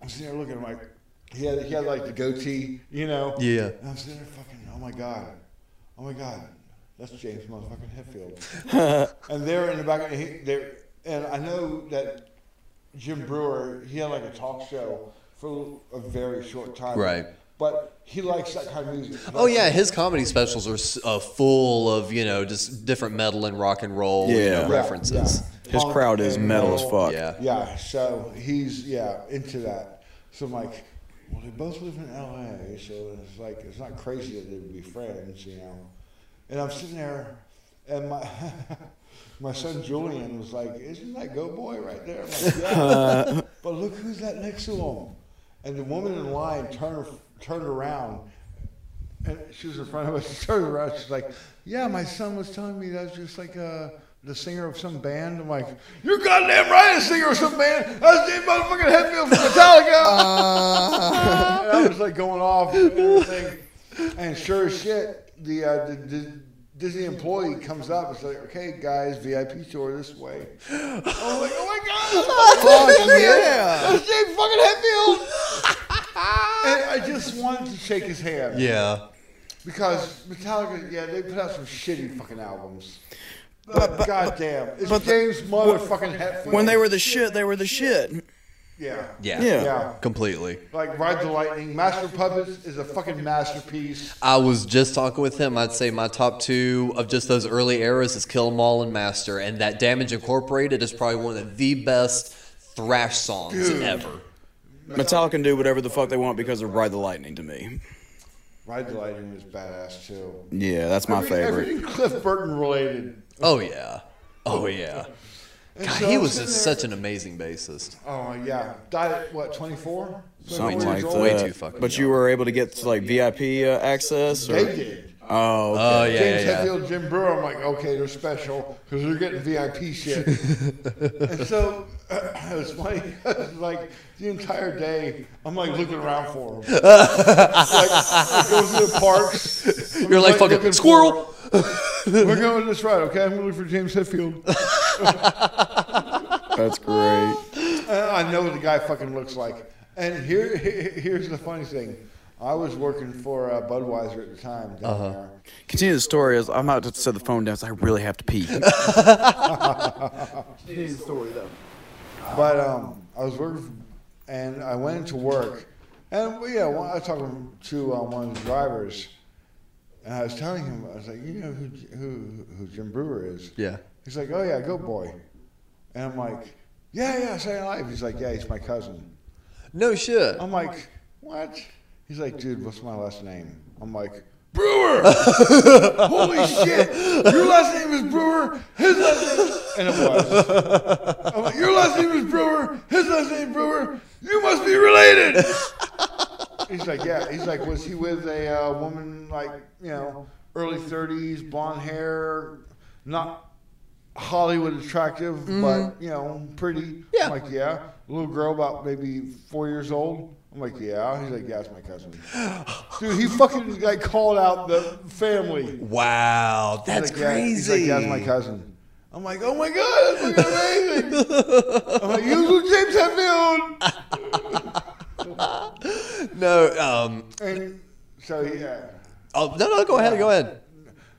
Speaker 4: I'm sitting there looking at him like, he had, he had like the goatee, you know.
Speaker 2: Yeah.
Speaker 4: And I'm sitting there fucking, oh my God. Oh my God. That's James motherfucking Hetfield.
Speaker 2: *laughs*
Speaker 4: and they're in the back, and, he, they're, and I know that Jim Brewer, he had like a talk show for a very short time.
Speaker 2: Right.
Speaker 4: But he likes that kind of music. He
Speaker 2: Oh
Speaker 4: likes
Speaker 2: yeah, his comedy specials are s- uh, full of you know just different metal and rock and roll you
Speaker 3: Yeah.
Speaker 2: know,
Speaker 3: Yeah,
Speaker 2: references.
Speaker 3: His
Speaker 4: Punk
Speaker 3: crowd is
Speaker 4: and
Speaker 3: metal as fuck.
Speaker 2: Yeah.
Speaker 4: Yeah, so he's yeah into that. So I'm like, well, they both live in L.A., so it's like it's not crazy that they'd be friends, you know. And I'm sitting there, and my *laughs* my son Julian was like, "Isn't that Go Boy right there?" I'm like,
Speaker 3: *laughs*
Speaker 4: yeah. but look who's that next to him. And the woman in line turned turned around. And she was in front of us. *laughs* She turned around. She's like, "Yeah, my son was telling me that was just like uh, the singer of some band." I'm like, "You're goddamn right, a singer of some band. That's the motherfucking Hetfield from Metallica." *laughs* and I was like going off and everything. And sure as shit, the, uh, the, the Disney employee comes up and says, "Okay, guys, VIP tour this way." I was like, "Oh my god!"
Speaker 3: yeah.
Speaker 4: That's James fucking Hetfield. and I just wanted to shake his hand.
Speaker 2: Yeah.
Speaker 4: Because Metallica, yeah, they put out some shitty fucking albums. But, goddamn, it's
Speaker 3: but the-
Speaker 4: James motherfucking Hetfield.
Speaker 3: When they were the shit, they were the shit.
Speaker 4: yeah,
Speaker 2: Yeah.
Speaker 3: Yeah.
Speaker 4: yeah,
Speaker 2: Completely.
Speaker 4: like Ride the Lightning, Master of Puppets is a fucking masterpiece.
Speaker 2: I was just talking with him. I'd say my top two of just those early eras is Kill 'Em All and Master, and that Damage Incorporated is probably one of the best thrash songs ever.
Speaker 3: Metallica can do whatever the fuck they want because of Ride the Lightning to me.
Speaker 4: Ride the Lightning is badass too.
Speaker 3: Yeah, that's my
Speaker 4: Every-
Speaker 3: favorite.
Speaker 4: Everything Cliff Burton related.
Speaker 2: Oh yeah. Oh yeah.
Speaker 4: And
Speaker 2: God,
Speaker 4: so
Speaker 2: he
Speaker 4: I'm
Speaker 2: was
Speaker 4: sitting
Speaker 2: just
Speaker 4: there-
Speaker 2: such an amazing bassist.
Speaker 4: Oh yeah, died at what 24?
Speaker 3: Something
Speaker 4: 24
Speaker 3: like
Speaker 4: years
Speaker 3: that.
Speaker 4: old?
Speaker 2: Way too fucking
Speaker 3: but you
Speaker 2: young.
Speaker 3: were able to get like VIP uh, access. Or?
Speaker 4: They did.
Speaker 3: Oh, okay.
Speaker 2: Oh yeah,
Speaker 4: James
Speaker 2: yeah, yeah.
Speaker 4: Hetfield, Jim Brewer. I'm like, okay, they're special because they're getting VIP
Speaker 2: *laughs*
Speaker 4: shit. and so *clears throat* it was funny. like the entire day, I'm like looking around
Speaker 2: *laughs*
Speaker 4: for them. like, I go through the parks. I'm
Speaker 2: You're like
Speaker 4: looking
Speaker 2: fucking
Speaker 4: for-
Speaker 2: squirrel.
Speaker 4: We're going this route, okay? I'm looking for James Hetfield.
Speaker 3: that's great.
Speaker 4: And I know what the guy fucking looks like. And here, here's the funny thing. I was working for uh, Budweiser at the time down
Speaker 2: Uh-huh.
Speaker 4: there.
Speaker 3: Continue the story. As I'm about to set the phone down. So I really have
Speaker 2: *laughs*
Speaker 3: to pee.
Speaker 4: But um, I was working, and I went into work, and well, yeah, one, I was talking to uh, one of the drivers, and I was telling him, I was like, you know who who who Jim Brewer is?
Speaker 2: Yeah.
Speaker 4: He's like, oh yeah, Goat Boy, and I'm like, yeah, yeah, Saturday Night Live. He's like, yeah, he's my cousin.
Speaker 2: No shit.
Speaker 4: I'm like, what? He's like, dude, what's my last name? I'm like, *laughs* Brewer. Holy shit! Your last name is Brewer. His last name, and it was. I'm like, your last name is Brewer. His last name Brewer. You must be related. *laughs* He's like, yeah. He's like, was he with a uh, woman like you know, early 30s, blonde hair, not Hollywood attractive, but you know, pretty.
Speaker 2: Mm-hmm. Yeah.
Speaker 4: I'm like, yeah. Little girl about maybe four years old. I'm like, yeah. He's like, yeah, it's my
Speaker 2: *gasps*
Speaker 4: cousin. Dude, he fucking like called out the family.
Speaker 2: Wow, that's
Speaker 4: He's like, yeah. He's like,
Speaker 2: crazy.
Speaker 4: yeah, it's my cousin. I'm like, oh my god, that's fucking amazing. I'm like, you was with James Hetfield.
Speaker 2: *laughs* no, um,
Speaker 4: And so yeah,
Speaker 2: oh, no, no, go ahead, go ahead.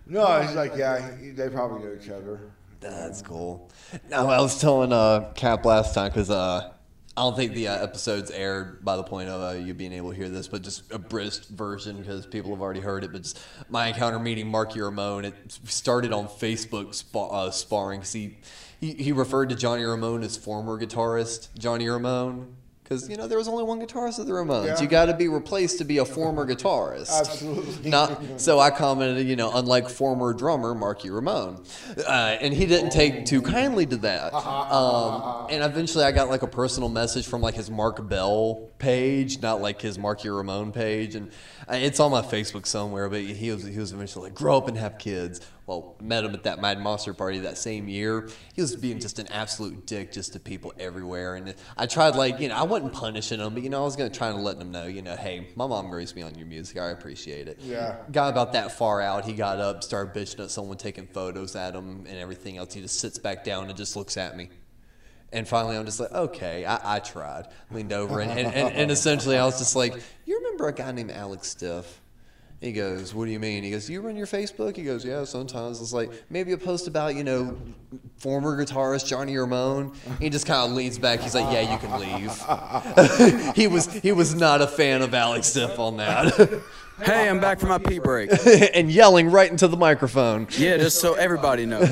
Speaker 4: no, he's like, yeah, he, they probably know each other.
Speaker 2: That's cool. No, I was telling uh, Cap last time because uh, I don't think the uh, episode's aired by the point of uh, you being able to hear this, but just a brisk version because people have already heard it. But just my encounter meeting Marky Ramone, it started on Facebook spa- uh, sparring 'cause he, he, he referred to Johnny Ramone as former guitarist Johnny Ramone. Because, you know, there was only one guitarist of the Ramones.
Speaker 4: Yeah.
Speaker 2: You got to be replaced to be a former guitarist.
Speaker 4: Absolutely.
Speaker 2: Not, so I commented, you know, unlike former drummer Marky Ramone, uh, and he didn't take too kindly to that. Um, and eventually, I got like a personal message from like his Mark Bell page, not like his Marky Ramone page, and uh, it's on my Facebook somewhere. But he was he was eventually like, grow up and have kids. Well, met him at that Mad Monster party that same year. He was being just an absolute dick just to people everywhere. And I tried, like, you know, I wasn't punishing him, but, you know, I was going to try to let him know, you know, hey, my mom raised me on your music. I appreciate it.
Speaker 4: Yeah.
Speaker 2: Got about that far out. He got up, started bitching at someone taking photos at him and everything else. He just sits back down and just looks at me. And finally, I'm just like, okay, I, I tried. Leaned over, and, and, and, and essentially, I was just like, you remember a guy named Alex Stiff? He goes, what do you mean? He goes, you run your Facebook? He goes, yeah, sometimes. It's like, maybe a post about, you know, former guitarist Johnny Ramone. He just kind of leans back. He's like, yeah, you can leave. *laughs* he was he was not a fan of Alex Stiff on that. *laughs*
Speaker 3: Hey, I'm back from my pee break.
Speaker 2: and yelling right into the microphone.
Speaker 3: Yeah, just so everybody knows.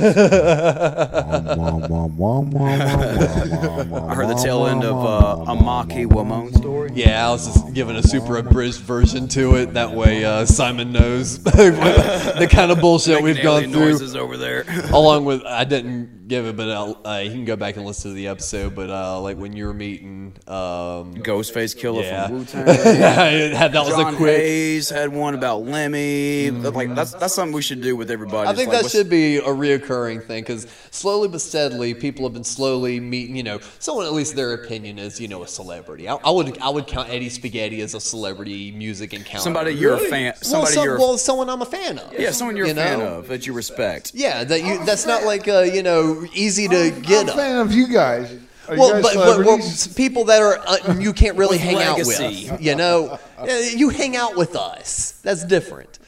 Speaker 3: I
Speaker 4: I
Speaker 3: heard the tail end of uh, a Maki Wamon story.
Speaker 2: Yeah, I was just giving a super abridged version to it. That way, uh, Simon knows *laughs* the kind of bullshit we've
Speaker 3: Making
Speaker 2: gone
Speaker 3: alien
Speaker 2: through.
Speaker 3: noises *laughs* over there.
Speaker 2: Along with, I didn't give it, but I'll, uh, you can go back and listen to the episode. But uh, like when you were meeting, um,
Speaker 3: Ghostface
Speaker 2: *laughs*
Speaker 3: Killer
Speaker 2: yeah,
Speaker 3: from Wu Tang.
Speaker 2: that that was
Speaker 3: John
Speaker 2: a quick.
Speaker 3: Hayes had one about Lemmy. That's Like that's that's something we should do with everybody.
Speaker 2: I
Speaker 3: Just
Speaker 2: think
Speaker 3: like,
Speaker 2: that
Speaker 3: what's-
Speaker 2: should be a reoccurring thing because slowly but steadily, people have been slowly meeting. You know, someone at least their opinion is you know a celebrity. I, I would I would count Eddie Spaghetti as a celebrity music encounter.
Speaker 3: Somebody you're a fan-
Speaker 2: Well,
Speaker 3: somebody
Speaker 2: some-
Speaker 3: you're a-
Speaker 2: well, someone I'm a fan of.
Speaker 3: Yeah, someone you're
Speaker 2: you
Speaker 3: a fan
Speaker 2: know?
Speaker 3: of that you respect.
Speaker 2: Yeah, that you. That's not like uh, you know easy *laughs* to get.
Speaker 4: I'm a
Speaker 2: up.
Speaker 4: fan of you guys. Are
Speaker 2: well,
Speaker 4: you guys
Speaker 2: but, but, well,
Speaker 4: celebrities?
Speaker 2: people that are uh, you can't really hang
Speaker 3: legacy.
Speaker 2: out with. You know, Uh, you hang out with us. That's different.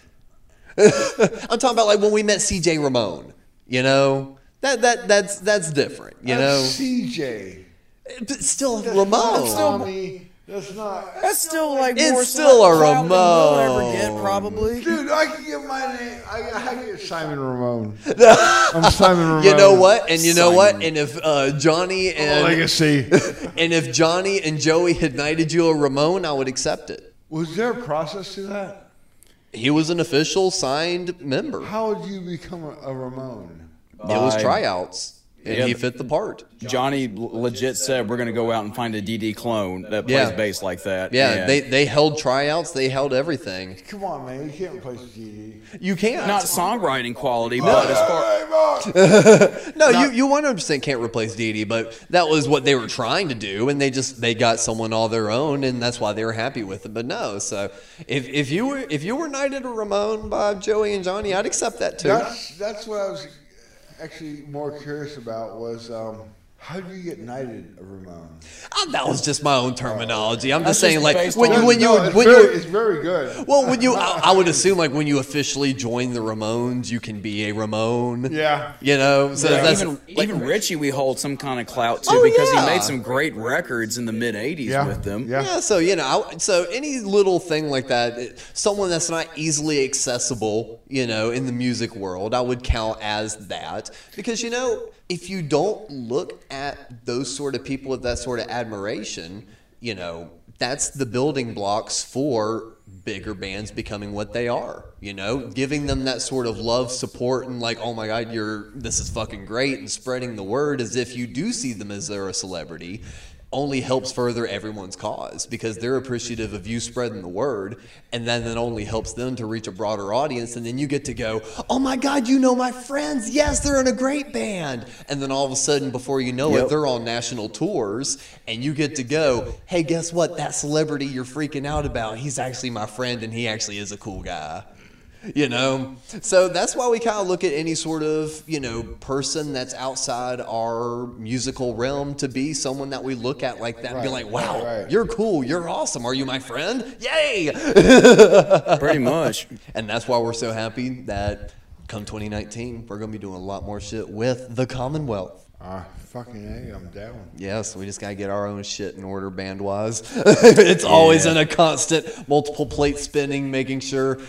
Speaker 2: *laughs* I'm talking about like when we met C.J. Ramon. You know. That, that that's that's different,
Speaker 3: Uh,
Speaker 2: you
Speaker 4: That's
Speaker 2: know.
Speaker 4: CJ.
Speaker 2: But still,
Speaker 4: That's
Speaker 2: Ramon.
Speaker 4: Tommy. That's not.
Speaker 3: That's still like
Speaker 2: It's
Speaker 3: more
Speaker 2: still a
Speaker 3: clout than we'll ever
Speaker 2: Ramon.
Speaker 3: get probably.
Speaker 4: Dude, I can get my name. I, I can get
Speaker 2: *laughs*
Speaker 4: Simon Ramon. I'm Simon Ramon.
Speaker 2: You know what? And you know what?
Speaker 3: Simon.
Speaker 2: And if uh, Johnny
Speaker 4: Oh
Speaker 2: and *laughs*
Speaker 4: Legacy.
Speaker 2: and if Johnny and Joey had knighted you a Ramon, I would accept it.
Speaker 4: Was there a process to that?
Speaker 2: He was an official signed member.
Speaker 4: How would you become a, a Ramon?
Speaker 2: It was
Speaker 3: By-
Speaker 2: tryouts, and
Speaker 3: Yeah,
Speaker 2: he
Speaker 3: but-
Speaker 2: fit the part.
Speaker 3: Johnny l- legit said we're gonna go out and find a DD clone that plays
Speaker 2: Yeah.
Speaker 3: bass like that.
Speaker 2: Yeah, they they held tryouts, they held everything.
Speaker 4: Come on, man. You can't replace GD.
Speaker 2: You can't.
Speaker 3: not songwriting quality, but as far
Speaker 4: Hey, Mark!
Speaker 2: no, you you 100% can't replace Didi, but that was what they were trying to do, and they just they got someone all their own, and that's why they were happy with it. But no, so if if you were if you were knighted a Ramon by Joey and Johnny, I'd accept that too.
Speaker 4: That's, that's what I was actually more curious about was um, how do you get knighted a Ramon?
Speaker 2: Ah, that was just my own terminology. I'm just
Speaker 3: That's
Speaker 2: saying,
Speaker 3: just
Speaker 2: like
Speaker 3: based
Speaker 2: when you
Speaker 3: on-
Speaker 2: when you
Speaker 4: No, it's,
Speaker 2: when
Speaker 4: very,
Speaker 2: you
Speaker 4: it's very good.
Speaker 2: well when you I, I would assume like when you officially join the Ramones, you can be a Ramon.
Speaker 4: Yeah.
Speaker 2: You know, so
Speaker 3: Yeah,
Speaker 2: that's
Speaker 3: even, even Richie, we hold some kind of clout to
Speaker 2: Oh,
Speaker 3: because
Speaker 2: yeah.
Speaker 3: he made some great records in the mid '80s
Speaker 4: Yeah.
Speaker 3: with them.
Speaker 4: Yeah.
Speaker 2: Yeah, so you know, I- so any little thing like that, it- someone that's not easily accessible, you know, in the music world, I would count as that because you know, if you don't look at those sort of people with that sort of admiration, you know, that's the building blocks for bigger bands becoming what they are, you know, giving them that sort of love, support and like, "Oh my god, you're this is fucking great" and spreading the word as if you do see them as they're a celebrity only helps further everyone's cause because they're appreciative of you spreading the word and then that only helps them to reach a broader audience and then you get to go oh my god you know my friends yes they're in a great band and then all of a sudden before you know it
Speaker 3: Yep.
Speaker 2: they're on national tours and you get to go hey guess what that celebrity you're freaking out about he's actually my friend and he actually is a cool guy you know so that's why we kind of look at any sort of you know person that's outside our musical realm to be someone that we look at like that and be
Speaker 4: Right,
Speaker 2: like wow
Speaker 4: right, right.
Speaker 2: you're cool you're awesome are you my friend yay
Speaker 3: Pretty much.
Speaker 2: and that's why we're so happy that Come 2019, we're going to be doing a lot more shit with the Commonwealth.
Speaker 4: Ah, fucking A, I'm down.
Speaker 2: Yeah, so we just gotta get our own shit in order band wise. *laughs* it's always in a constant multiple plate spinning, making sure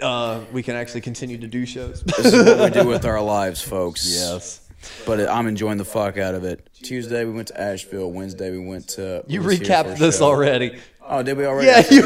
Speaker 2: uh, we can actually continue to do shows. *laughs*
Speaker 3: This is what *laughs* we do with our lives, folks.
Speaker 2: yes.
Speaker 3: But it, I'm enjoying the fuck out of it. Tuesday we went to Asheville. Wednesday we went to.
Speaker 2: You
Speaker 3: we was here for a
Speaker 2: recapped this
Speaker 3: show.
Speaker 2: already.
Speaker 3: Oh, did we already?
Speaker 2: *laughs* Yeah, you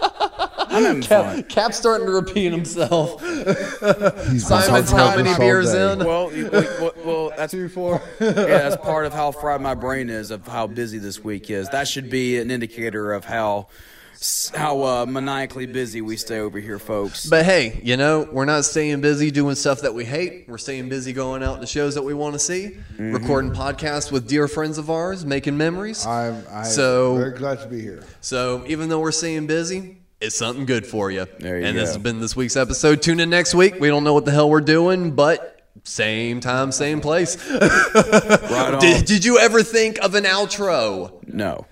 Speaker 3: I'm
Speaker 2: *laughs*
Speaker 3: having fun.
Speaker 2: Cap, Cap's starting to repeat himself.
Speaker 4: He's
Speaker 2: Simon's
Speaker 4: been
Speaker 2: how
Speaker 4: talking
Speaker 2: many
Speaker 4: this all
Speaker 2: beers
Speaker 4: day.
Speaker 2: in?
Speaker 3: Well, you- well, well, that's *laughs* yeah,
Speaker 4: Four.
Speaker 3: that's part of how fried my brain is of how busy this week is. That should be an indicator of how s- how uh, maniacally busy we stay over here, folks.
Speaker 2: But hey, you know, we're not staying busy doing stuff that we hate. We're staying busy going out to shows that we want to see,
Speaker 3: Mm-hmm.
Speaker 2: recording podcasts with dear friends of ours, making memories.
Speaker 4: I'm, I'm
Speaker 2: So-
Speaker 4: very glad to be here.
Speaker 2: So even though we're staying busy, it's something good for you.
Speaker 3: There you
Speaker 2: and this
Speaker 3: go.
Speaker 2: has been this week's episode. Tune in next week. We don't know what the hell we're doing, but same time, same place. *laughs*
Speaker 3: Right on.
Speaker 2: did, did you ever think of an outro?
Speaker 3: no.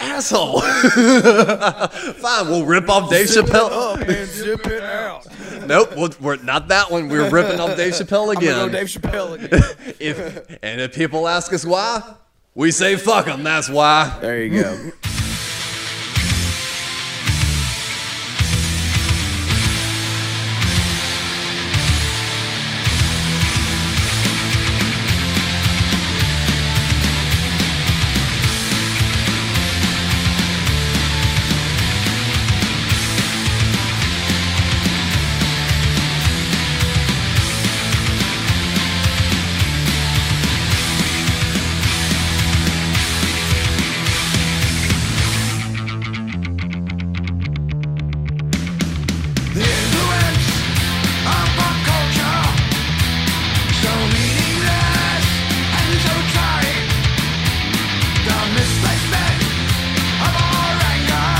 Speaker 2: Asshole. *laughs* Fine, we'll rip off Dave Chappelle.
Speaker 3: and
Speaker 2: *laughs*
Speaker 3: zip it out.
Speaker 2: Nope, we'll, we're not that one. We're ripping off
Speaker 3: *laughs*
Speaker 2: Dave Chappelle again.
Speaker 3: Chappelle again.
Speaker 2: if, and if people ask us why, we say fuck them. That's why.
Speaker 3: There you go.
Speaker 5: The influence of pop culture, so meaningless and so trite. The misplacement of our anger,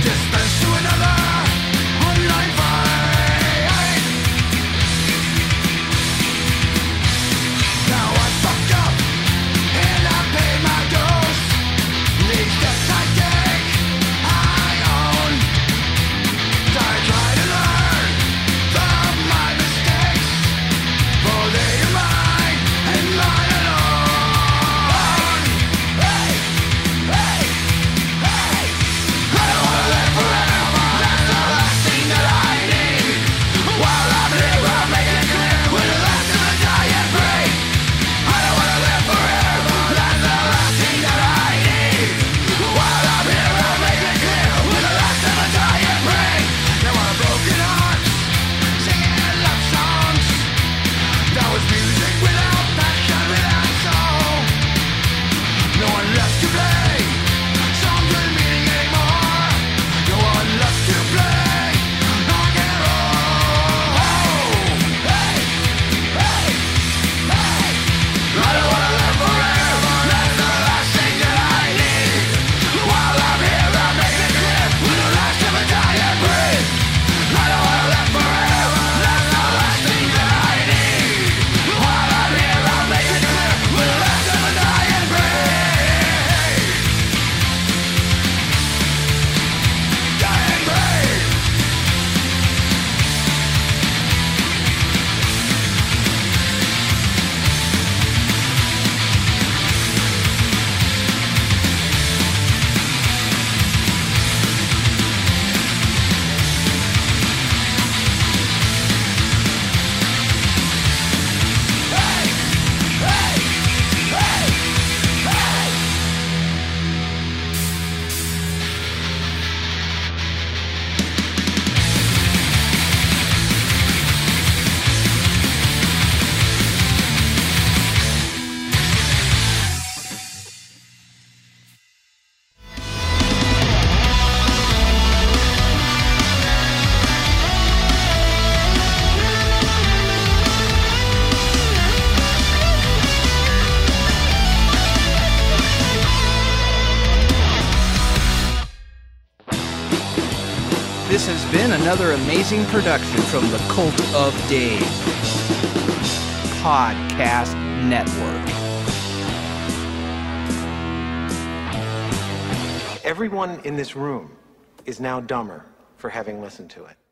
Speaker 5: dispense to another online fight. Now I'm fucked up and I pay my dues. These steps I take, I own. I try to learn from my mistakes, for they are mine and mine alone. Hey, hey, hey! I don't wanna live forever. That's the last thing that I need. While I'm here, I'm making it clear we're the last to die and free. I don't wanna live forever. That's the last thing that I need. While I'm here, I'm making it clear we're the last to die and free. There were broken hearts singing love songs. There was music without passion, without soul. No one left to play. Songs with meaning anymore. No one left to play. Rock and roll. Hey, hey, hey. I don't wanna live forever. That's the last thing that I need. While I'm here, I'm making clear we're the last of a dying breed. I don't wanna live forever. That's the last thing that I need. While I'm here, I'm making clear we're the last of a dying breed. Dying breed.
Speaker 6: This has been another amazing production from the Cult of Dave Podcast Network.
Speaker 7: Everyone in this room is now dumber for having listened to it.